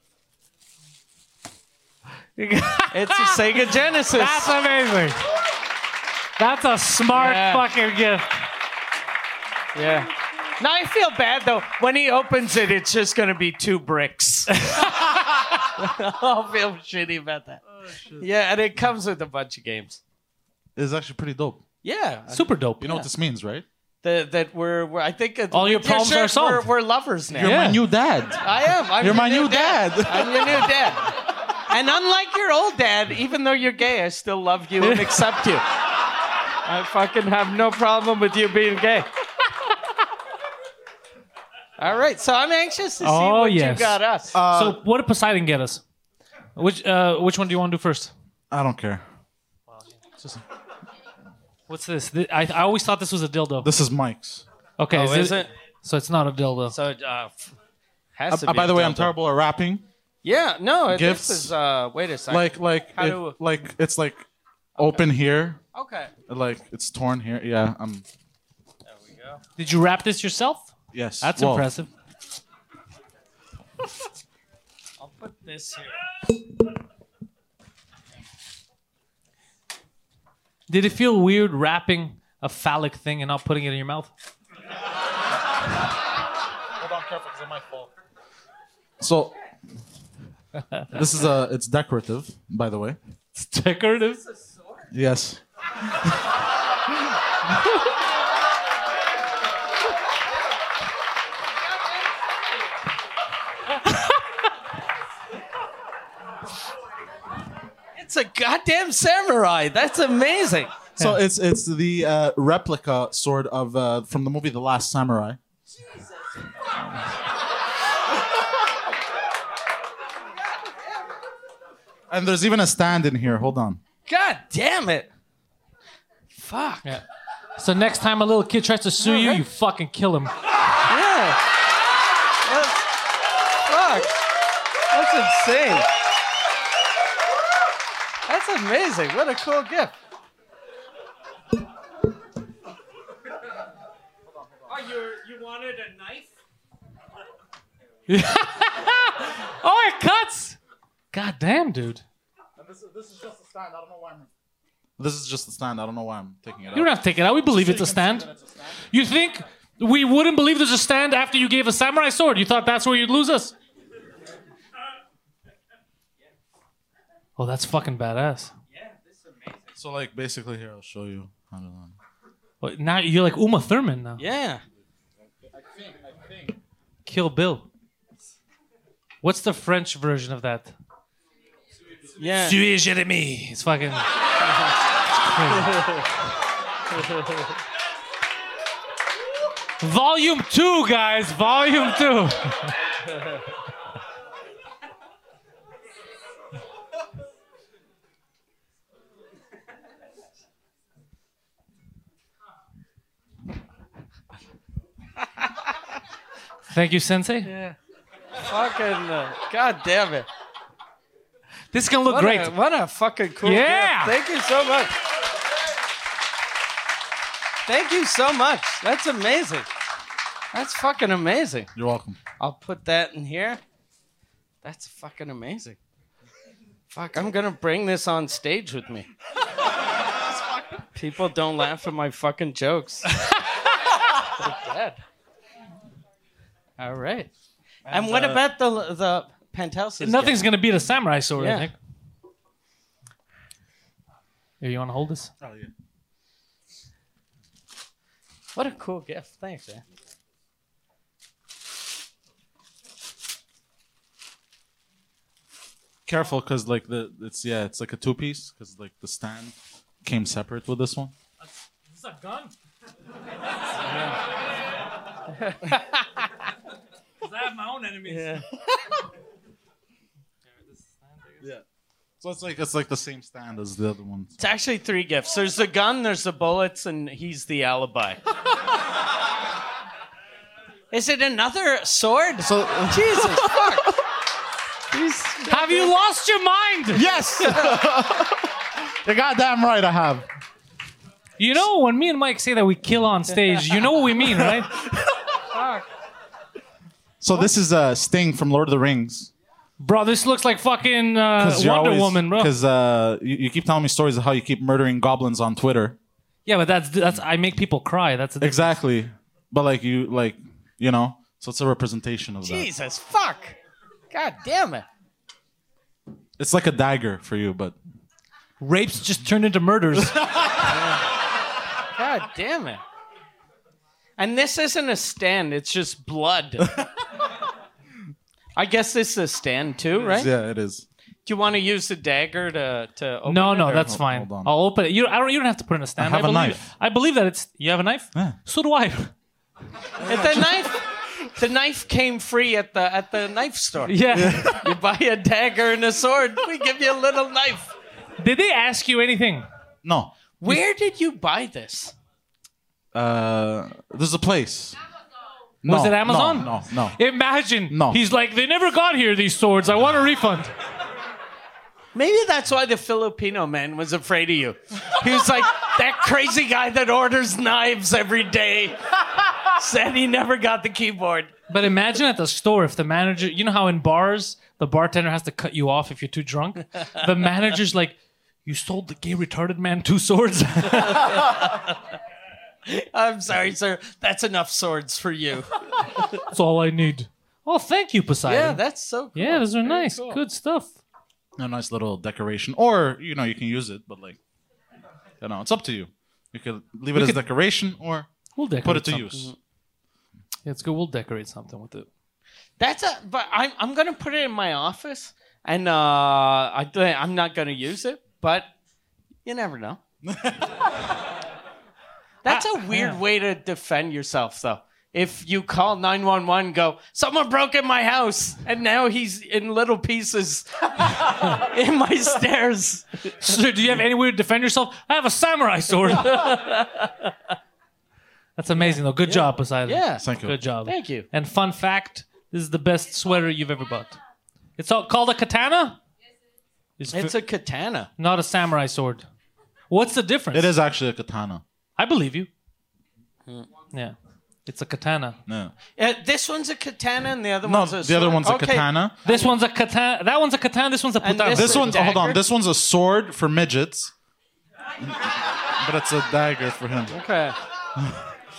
Speaker 4: It's a Sega Genesis.
Speaker 3: That's amazing. That's a smart
Speaker 4: Yeah.
Speaker 3: fucking gift.
Speaker 4: yeah. Now I feel bad though. When he opens it, it's just going to be two bricks. I'll feel shitty about that. Yeah, and it comes with a bunch of games.
Speaker 5: It's actually pretty dope.
Speaker 4: Yeah,
Speaker 3: Super dope.
Speaker 5: You know what this means, right?
Speaker 4: that that we're, we're I think that
Speaker 3: All your
Speaker 4: we're-
Speaker 3: problems
Speaker 4: sure,
Speaker 3: are solved.
Speaker 4: We're, we're lovers now.
Speaker 5: You're
Speaker 3: Yeah.
Speaker 5: my new dad.
Speaker 4: I am. I'm
Speaker 5: You're
Speaker 4: your
Speaker 5: my new dad.
Speaker 4: I'm your new dad. And unlike your old dad, even though you're gay, I still love you and accept you. I fucking have no problem with you being gay. All right, so I'm anxious to see
Speaker 3: Oh,
Speaker 4: what
Speaker 3: yes.
Speaker 4: you got us.
Speaker 5: Uh,
Speaker 3: so what did Poseidon get us? Which uh, which one do you want to do first?
Speaker 5: I don't care.
Speaker 3: What's this? Th- I, I always thought this was a dildo.
Speaker 5: This is Mike's.
Speaker 3: okay,
Speaker 4: Oh,
Speaker 3: is
Speaker 4: is
Speaker 3: it-
Speaker 4: it?
Speaker 3: So it's not a dildo.
Speaker 4: so uh, f- has to
Speaker 5: Uh,
Speaker 4: be
Speaker 5: by the way,
Speaker 4: a
Speaker 5: I'm
Speaker 4: dildo.
Speaker 5: terrible at rapping.
Speaker 4: Yeah, no,
Speaker 5: Gifts?
Speaker 4: this is uh, wait a second.
Speaker 5: Like like
Speaker 4: How
Speaker 5: it-
Speaker 4: do-
Speaker 5: like it's like open here,
Speaker 4: okay,
Speaker 5: like it's torn here. Yeah. um, I'm.
Speaker 4: there we go.
Speaker 3: Did you wrap this yourself?
Speaker 5: Yes.
Speaker 3: That's
Speaker 5: Well,
Speaker 3: impressive.
Speaker 4: I'll put this here.
Speaker 3: Did it feel weird wrapping a phallic thing and not putting it in your mouth?
Speaker 5: So this is a it's decorative, by the way.
Speaker 3: It's decorative.
Speaker 5: Yes.
Speaker 4: It's a goddamn samurai. That's amazing.
Speaker 5: So it's it's the uh, replica sword of uh, from the movie The Last Samurai. And there's even a stand in here. Hold on.
Speaker 4: God damn it. Fuck. Yeah.
Speaker 3: So next time a little kid tries to sue you, you fucking kill him.
Speaker 4: That's, fuck. That's insane. That's amazing. What a cool gift. Oh, you you wanted a knife?
Speaker 3: Oh, it cuts. God damn, dude.
Speaker 5: This is, this is just a stand. I don't know why I'm. This is just a stand. I don't know why I'm taking it
Speaker 3: You
Speaker 5: out.
Speaker 3: don't have to take it out. We believe it's a stand. You think we wouldn't believe there's a stand after you gave a samurai sword? You thought that's where you'd lose us? Oh, that's fucking badass.
Speaker 5: So like basically here, I'll show you. I don't know.
Speaker 3: Well, now you're like Uma Thurman now.
Speaker 4: Yeah.
Speaker 3: Kill Bill. What's the French version of that?
Speaker 4: Yeah.
Speaker 3: Tuer Jeremy. It's fucking. Volume two, guys. Volume two. Thank you, Sensei.
Speaker 4: Fucking uh, god damn it.
Speaker 3: This is gonna look
Speaker 4: What
Speaker 3: great.
Speaker 4: A, what a fucking cool
Speaker 3: Yeah.
Speaker 4: gift. Thank you so much. Thank you so much. That's amazing. That's fucking amazing.
Speaker 5: You're welcome.
Speaker 4: I'll put that in here. That's fucking amazing. Fuck, I'm gonna bring this on stage with me. People don't laugh at my fucking jokes. They're dead. All right. And, uh, what about the the penthouse?
Speaker 3: Nothing's gonna beat a samurai sword.
Speaker 4: Yeah.
Speaker 3: I think. Here, you want to hold this?
Speaker 5: Oh, yeah.
Speaker 4: What a cool gift. Thanks, man.
Speaker 5: Careful, because like the it's yeah, it's like a two piece, because like the stand came separate with this one.
Speaker 3: Is that gun? I have my own enemies.
Speaker 5: So it's like it's like the same stand as the other one.
Speaker 4: It's actually three gifts. There's the gun, there's the bullets, and he's the alibi. Is it another sword?
Speaker 5: So
Speaker 4: Jesus fuck. He's-
Speaker 3: Have you lost your mind?
Speaker 5: yes, you're goddamn right. I have.
Speaker 3: You know, when me and Mike say that we kill on stage, you know what we mean, right?
Speaker 5: So this is a uh, Sting from Lord of the Rings.
Speaker 3: Bro, this looks like fucking uh, Wonder Woman, bro.
Speaker 5: Because uh, you, you keep telling me stories of how you keep murdering goblins on Twitter.
Speaker 3: Yeah, but that's that's I make people cry. That's the
Speaker 5: Exactly, but like you like you know. So it's a representation of that.
Speaker 4: Jesus fuck. God damn it.
Speaker 5: It's like a dagger for you, but
Speaker 3: rapes just turned into murders.
Speaker 4: God damn it. And this isn't a stand, it's just blood. I guess this is a stand too, right?
Speaker 5: yeah, it is.
Speaker 4: Do you want to use the dagger to to open
Speaker 3: no,
Speaker 4: it,
Speaker 3: no,
Speaker 4: or-
Speaker 3: that's fine.
Speaker 5: hold on.
Speaker 3: I'll open it. You, I don't. You don't have to put it in a stand.
Speaker 5: have a
Speaker 3: believe,
Speaker 5: knife.
Speaker 3: I believe that it's. You have a knife?
Speaker 5: Yeah.
Speaker 3: So do I.
Speaker 4: If the knife, the knife came free at the at the knife store.
Speaker 3: yeah.
Speaker 4: You buy a dagger and a sword, we give you a little knife.
Speaker 3: Did they ask you anything?
Speaker 5: No,
Speaker 4: Where did you buy this?
Speaker 5: uh, there's a place.
Speaker 3: Was
Speaker 5: No,
Speaker 3: it Amazon?
Speaker 5: No, no. no.
Speaker 3: Imagine.
Speaker 5: No.
Speaker 3: He's like, they never got here. These swords. I want a refund.
Speaker 4: Maybe that's why the Filipino man was afraid of you. He was like, that crazy guy that orders knives every day said he never got the keyboard.
Speaker 3: But imagine at the store if the manager, you know how in bars the bartender has to cut you off if you're too drunk. The manager's like, "You sold the gay retarded man two swords."
Speaker 4: I'm sorry, sir. That's enough swords for you.
Speaker 3: that's all I need. Oh, thank you, Poseidon.
Speaker 4: Yeah, that's so cool.
Speaker 3: Yeah, those are nice.
Speaker 4: cool.
Speaker 3: Good stuff.
Speaker 5: a nice little decoration, or you know, you can use it, but like, you know, it's up to you. You could leave it as decoration, or
Speaker 3: We'll decorate.
Speaker 5: put it to
Speaker 3: something.
Speaker 5: use.
Speaker 3: Yeah, it's good. We'll decorate something with it.
Speaker 4: That's a. But I'm I'm gonna put it in my office, and uh, I don't- I'm not gonna use it. But you never know. That's
Speaker 5: Ah,
Speaker 4: a weird way to defend yourself, though. If you call 911, go, someone broke in my house, and now he's in little pieces in my stairs.
Speaker 3: Sir, do you have any way to defend yourself? I have a samurai sword. That's amazing, though. Good job, Poseidon.
Speaker 4: Yeah.
Speaker 5: Thank you.
Speaker 3: Good job.
Speaker 4: Thank you.
Speaker 3: And fun fact: this is the best sweater you've ever bought. It's all, called a katana.
Speaker 4: It's a katana.
Speaker 3: not a samurai sword. What's the difference?
Speaker 5: It is actually a katana.
Speaker 3: I believe you.
Speaker 4: Hmm.
Speaker 3: Yeah, it's a katana.
Speaker 5: No,
Speaker 4: Uh, this one's a katana, and the other
Speaker 5: no,
Speaker 4: one's a
Speaker 5: the other
Speaker 4: sword.
Speaker 5: one's a
Speaker 4: Okay.
Speaker 5: katana.
Speaker 3: This one's a katana. That one's a katana. This one's a
Speaker 4: And
Speaker 3: putana.
Speaker 5: This
Speaker 4: a
Speaker 5: one's hold on.
Speaker 4: dagger?
Speaker 5: This one's a sword for midgets, but it's a dagger for him.
Speaker 4: Okay.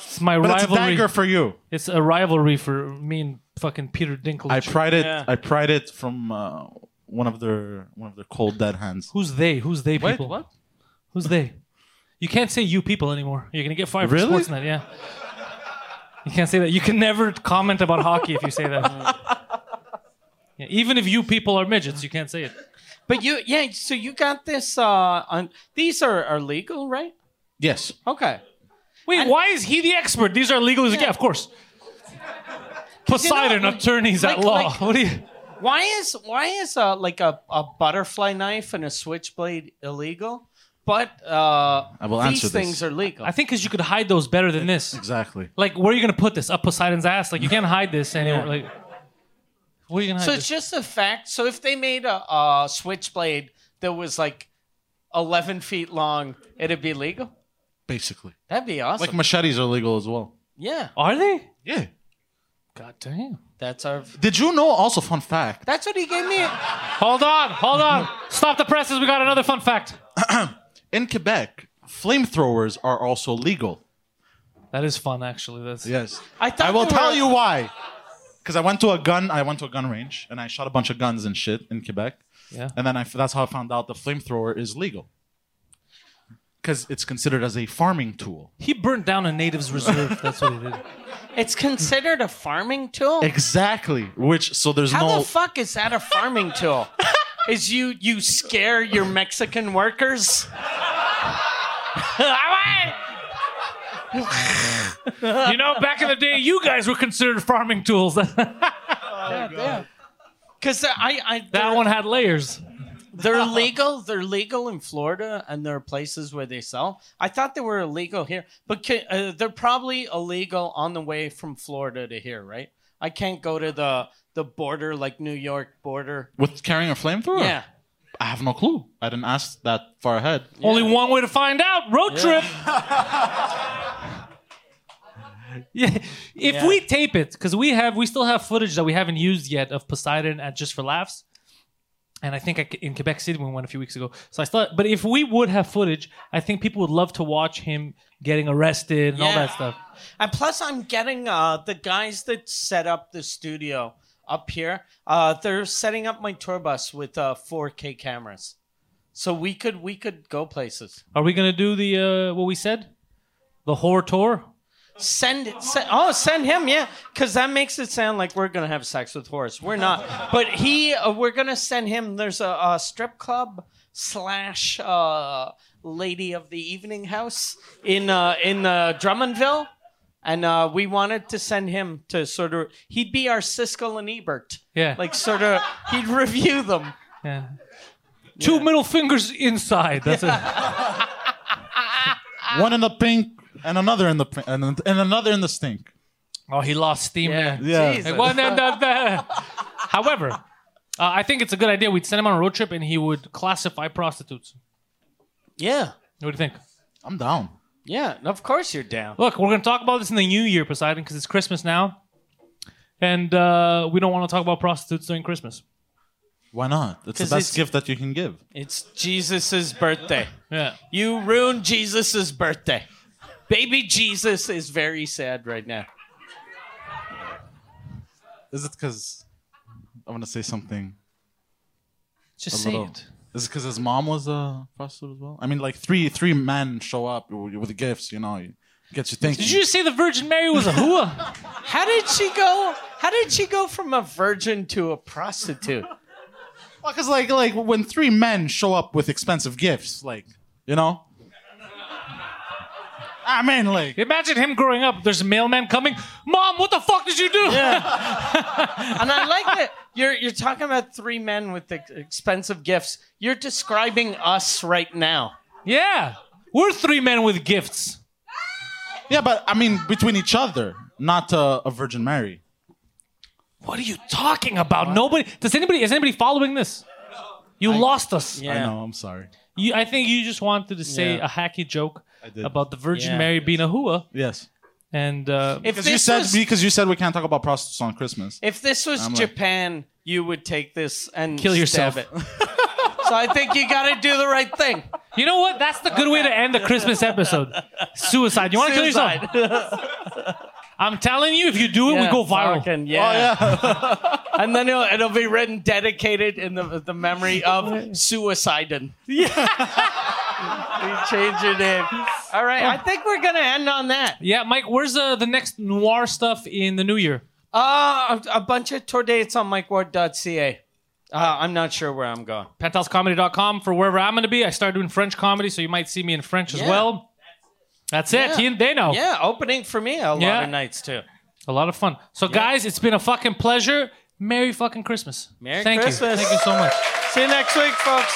Speaker 3: It's my
Speaker 5: But it's a
Speaker 3: rivalry.
Speaker 5: dagger for you.
Speaker 3: It's a rivalry for me and fucking Peter Dinklage.
Speaker 5: I pried it.
Speaker 4: Yeah.
Speaker 5: I pried it from uh, one of their one of their cold dead hands.
Speaker 3: Who's they? Who's they people?
Speaker 4: what?
Speaker 3: Who's they? You can't say you people anymore. You're gonna get fired for
Speaker 5: Really?
Speaker 3: Sportsnet. Yeah. You can't say that. You can never comment about hockey if you say that. Yeah, even if you people are midgets, you can't say it.
Speaker 4: But you, yeah. So you got this. Uh, on these are are legal, right?
Speaker 5: Yes.
Speaker 4: Okay.
Speaker 3: Wait, why is he the expert? These are legal. Yeah, yeah of course. Poseidon,
Speaker 4: like-
Speaker 3: attorneys at
Speaker 4: like-
Speaker 3: law.
Speaker 4: like-
Speaker 3: what do you?
Speaker 4: Why is why is uh like a, a butterfly knife and a switchblade illegal, But uh,
Speaker 5: I will
Speaker 4: these
Speaker 5: answer this.
Speaker 4: things are legal.
Speaker 3: I think because you could hide those better than this.
Speaker 5: Exactly.
Speaker 3: Like, where are you gonna put this? Up Poseidon's ass? Like, you can't hide this anywhere. Like, where are you gonna hide
Speaker 4: so
Speaker 3: this?
Speaker 4: it's just a fact. So if they made a, a switchblade that was like 11 feet long, it'd be legal.
Speaker 5: Basically.
Speaker 4: That'd be awesome.
Speaker 5: Like machetes are legal as well.
Speaker 4: yeah,
Speaker 3: Are they?
Speaker 5: Yeah.
Speaker 3: God damn.
Speaker 4: that's our.
Speaker 5: Did you know also fun fact?
Speaker 4: That's what he gave me.
Speaker 3: Hold on, hold on. Stop the presses. We got another fun fact.
Speaker 5: In Quebec, flamethrowers are also legal.
Speaker 3: That is fun, actually. That's
Speaker 5: Yes.
Speaker 4: I thought
Speaker 5: I will
Speaker 4: we were-
Speaker 5: tell you why. Because I went to a gun, I went to a gun range, and I shot a bunch of guns and shit in Quebec.
Speaker 3: Yeah.
Speaker 5: And then I, that's how I found out the flamethrower is legal. Because it's considered as a farming tool.
Speaker 3: He burned down a native's reserve. That's what he did.
Speaker 4: It's considered a farming tool.
Speaker 5: Exactly. Which so there's
Speaker 4: How
Speaker 5: no.
Speaker 4: the fuck is that a farming tool? is you you scare your Mexican workers?
Speaker 3: You know, back in the day, you guys were considered farming tools. that
Speaker 4: Because I, I they're,
Speaker 3: one had layers.
Speaker 4: they're legal. They're legal in Florida, and there are places where they sell. I thought they were illegal here, but ca- uh, they're probably illegal on the way from Florida to here, right? I can't go to the the border like New York border.
Speaker 5: with carrying a flamethrower?
Speaker 4: Yeah.
Speaker 5: I have no clue. I didn't ask that far ahead.
Speaker 3: Only one way to find out: road trip. yeah. If we tape it, because we have, we still have footage that we haven't used yet of Poseidon at just for laughs. And I think I c in Quebec City we went a few weeks ago. So I thought, but if we would have footage, I think people would love to watch him getting arrested and all
Speaker 4: Yeah.
Speaker 3: that stuff.
Speaker 4: And plus, I'm getting uh, the guys that set up the studio up here. Uh, they're setting up my tour bus with uh, 4K cameras, so we could we could go places.
Speaker 3: Are we gonna do the uh, what we said, the horror tour?
Speaker 4: Send it. Send, oh, send him. Yeah, because that makes it sound like we're gonna have sex with horse. We're not. But he, uh, we're gonna send him. There's a, a strip club slash uh, lady of the evening house in uh, in uh, Drummondville, and uh, we wanted to send him to sort of. He'd be our Siskel and Ebert.
Speaker 3: Yeah.
Speaker 4: Like sort of. He'd review them.
Speaker 3: Yeah. Two middle fingers inside. That's it.
Speaker 5: One in the pink and another in the pink, and, an- and another in the stink.
Speaker 3: Oh, he lost steam there.
Speaker 5: Yeah.
Speaker 4: Jesus.
Speaker 3: Like, well, no, no, no. However, uh, I think it's a good idea. We'd send him on a road trip and he would classify prostitutes.
Speaker 4: Yeah.
Speaker 3: What do you think?
Speaker 5: I'm down.
Speaker 4: Yeah. and Of course you're down.
Speaker 3: Look, we're going to talk about this in the new year, Poseidon, because it's Christmas now. And uh, we don't want to talk about prostitutes during Christmas.
Speaker 5: Why not? It's the
Speaker 4: 'Cause
Speaker 5: best
Speaker 4: it's-
Speaker 5: gift that you can give.
Speaker 4: It's Jesus's birthday.
Speaker 3: Yeah.
Speaker 4: You ruined Jesus' birthday. Baby Jesus is very sad right now.
Speaker 5: Is it because I want to say something?
Speaker 3: Just
Speaker 5: a
Speaker 3: say
Speaker 5: little-
Speaker 3: it.
Speaker 5: Is it because his mom was a prostitute as well? I mean, like three three men show up w- with gifts. You know, you get you thinking.
Speaker 3: Did you say the Virgin Mary was a hua?
Speaker 4: How did she go? How did she go from a virgin to a prostitute?
Speaker 5: Because like like when three men show up with expensive gifts, like you know. I mean, like
Speaker 3: Imagine him growing up. There's a mailman coming. Mom, what the fuck did you do?
Speaker 4: And I like that you're you're talking about three men with ex- expensive gifts. You're describing us right now.
Speaker 3: yeah. We're three men with gifts.
Speaker 5: yeah, but I mean between each other, not uh, a Virgin Mary.
Speaker 3: What are you talking about? Nobody does anybody is anybody following this? You lost us.
Speaker 5: I
Speaker 4: Yeah.
Speaker 5: know. I'm sorry.
Speaker 3: You, I think you just wanted to say
Speaker 4: Yeah.
Speaker 3: a hacky joke
Speaker 5: did.
Speaker 3: about the Virgin
Speaker 4: Yeah.
Speaker 3: Mary being a hua,
Speaker 5: Yes.
Speaker 3: and uh,
Speaker 4: If
Speaker 5: Because you
Speaker 4: this
Speaker 5: said
Speaker 4: was,
Speaker 5: because you said we can't talk about prostitutes on Christmas.
Speaker 4: if this was
Speaker 5: I'm like-
Speaker 4: Japan, you would take this and
Speaker 3: Kill yourself.
Speaker 4: stab it. so I think you got to do the right thing.
Speaker 3: you know what, that's the good way to end a Christmas episode. Suicide. You want to kill yourself? I'm telling you, if you do it, we go viral.
Speaker 4: Fucking, Oh, yeah. and then it'll, it'll be written dedicated in the, the memory of Suicidin. Yeah. we change your name. All right. I think we're going to end on that.
Speaker 3: Yeah, Mike, where's uh, the next noir stuff in the new year?
Speaker 4: Uh, a, a bunch of tour dates on mikeward.ca. Uh, I'm not sure where I'm going.
Speaker 3: PenthouseComedy.com for wherever I'm going to be. I started doing French comedy, so you might see me in French as
Speaker 4: Yeah.
Speaker 3: well. That's it.
Speaker 4: Yeah.
Speaker 3: He and they know.
Speaker 4: Yeah, opening for me a lot
Speaker 3: Yeah.
Speaker 4: of nights too.
Speaker 3: A lot of fun. So, guys, it's been a fucking pleasure. Merry fucking Christmas.
Speaker 4: Merry
Speaker 3: Thank
Speaker 4: Christmas.
Speaker 3: You. Thank you so much.
Speaker 4: See you next week, folks.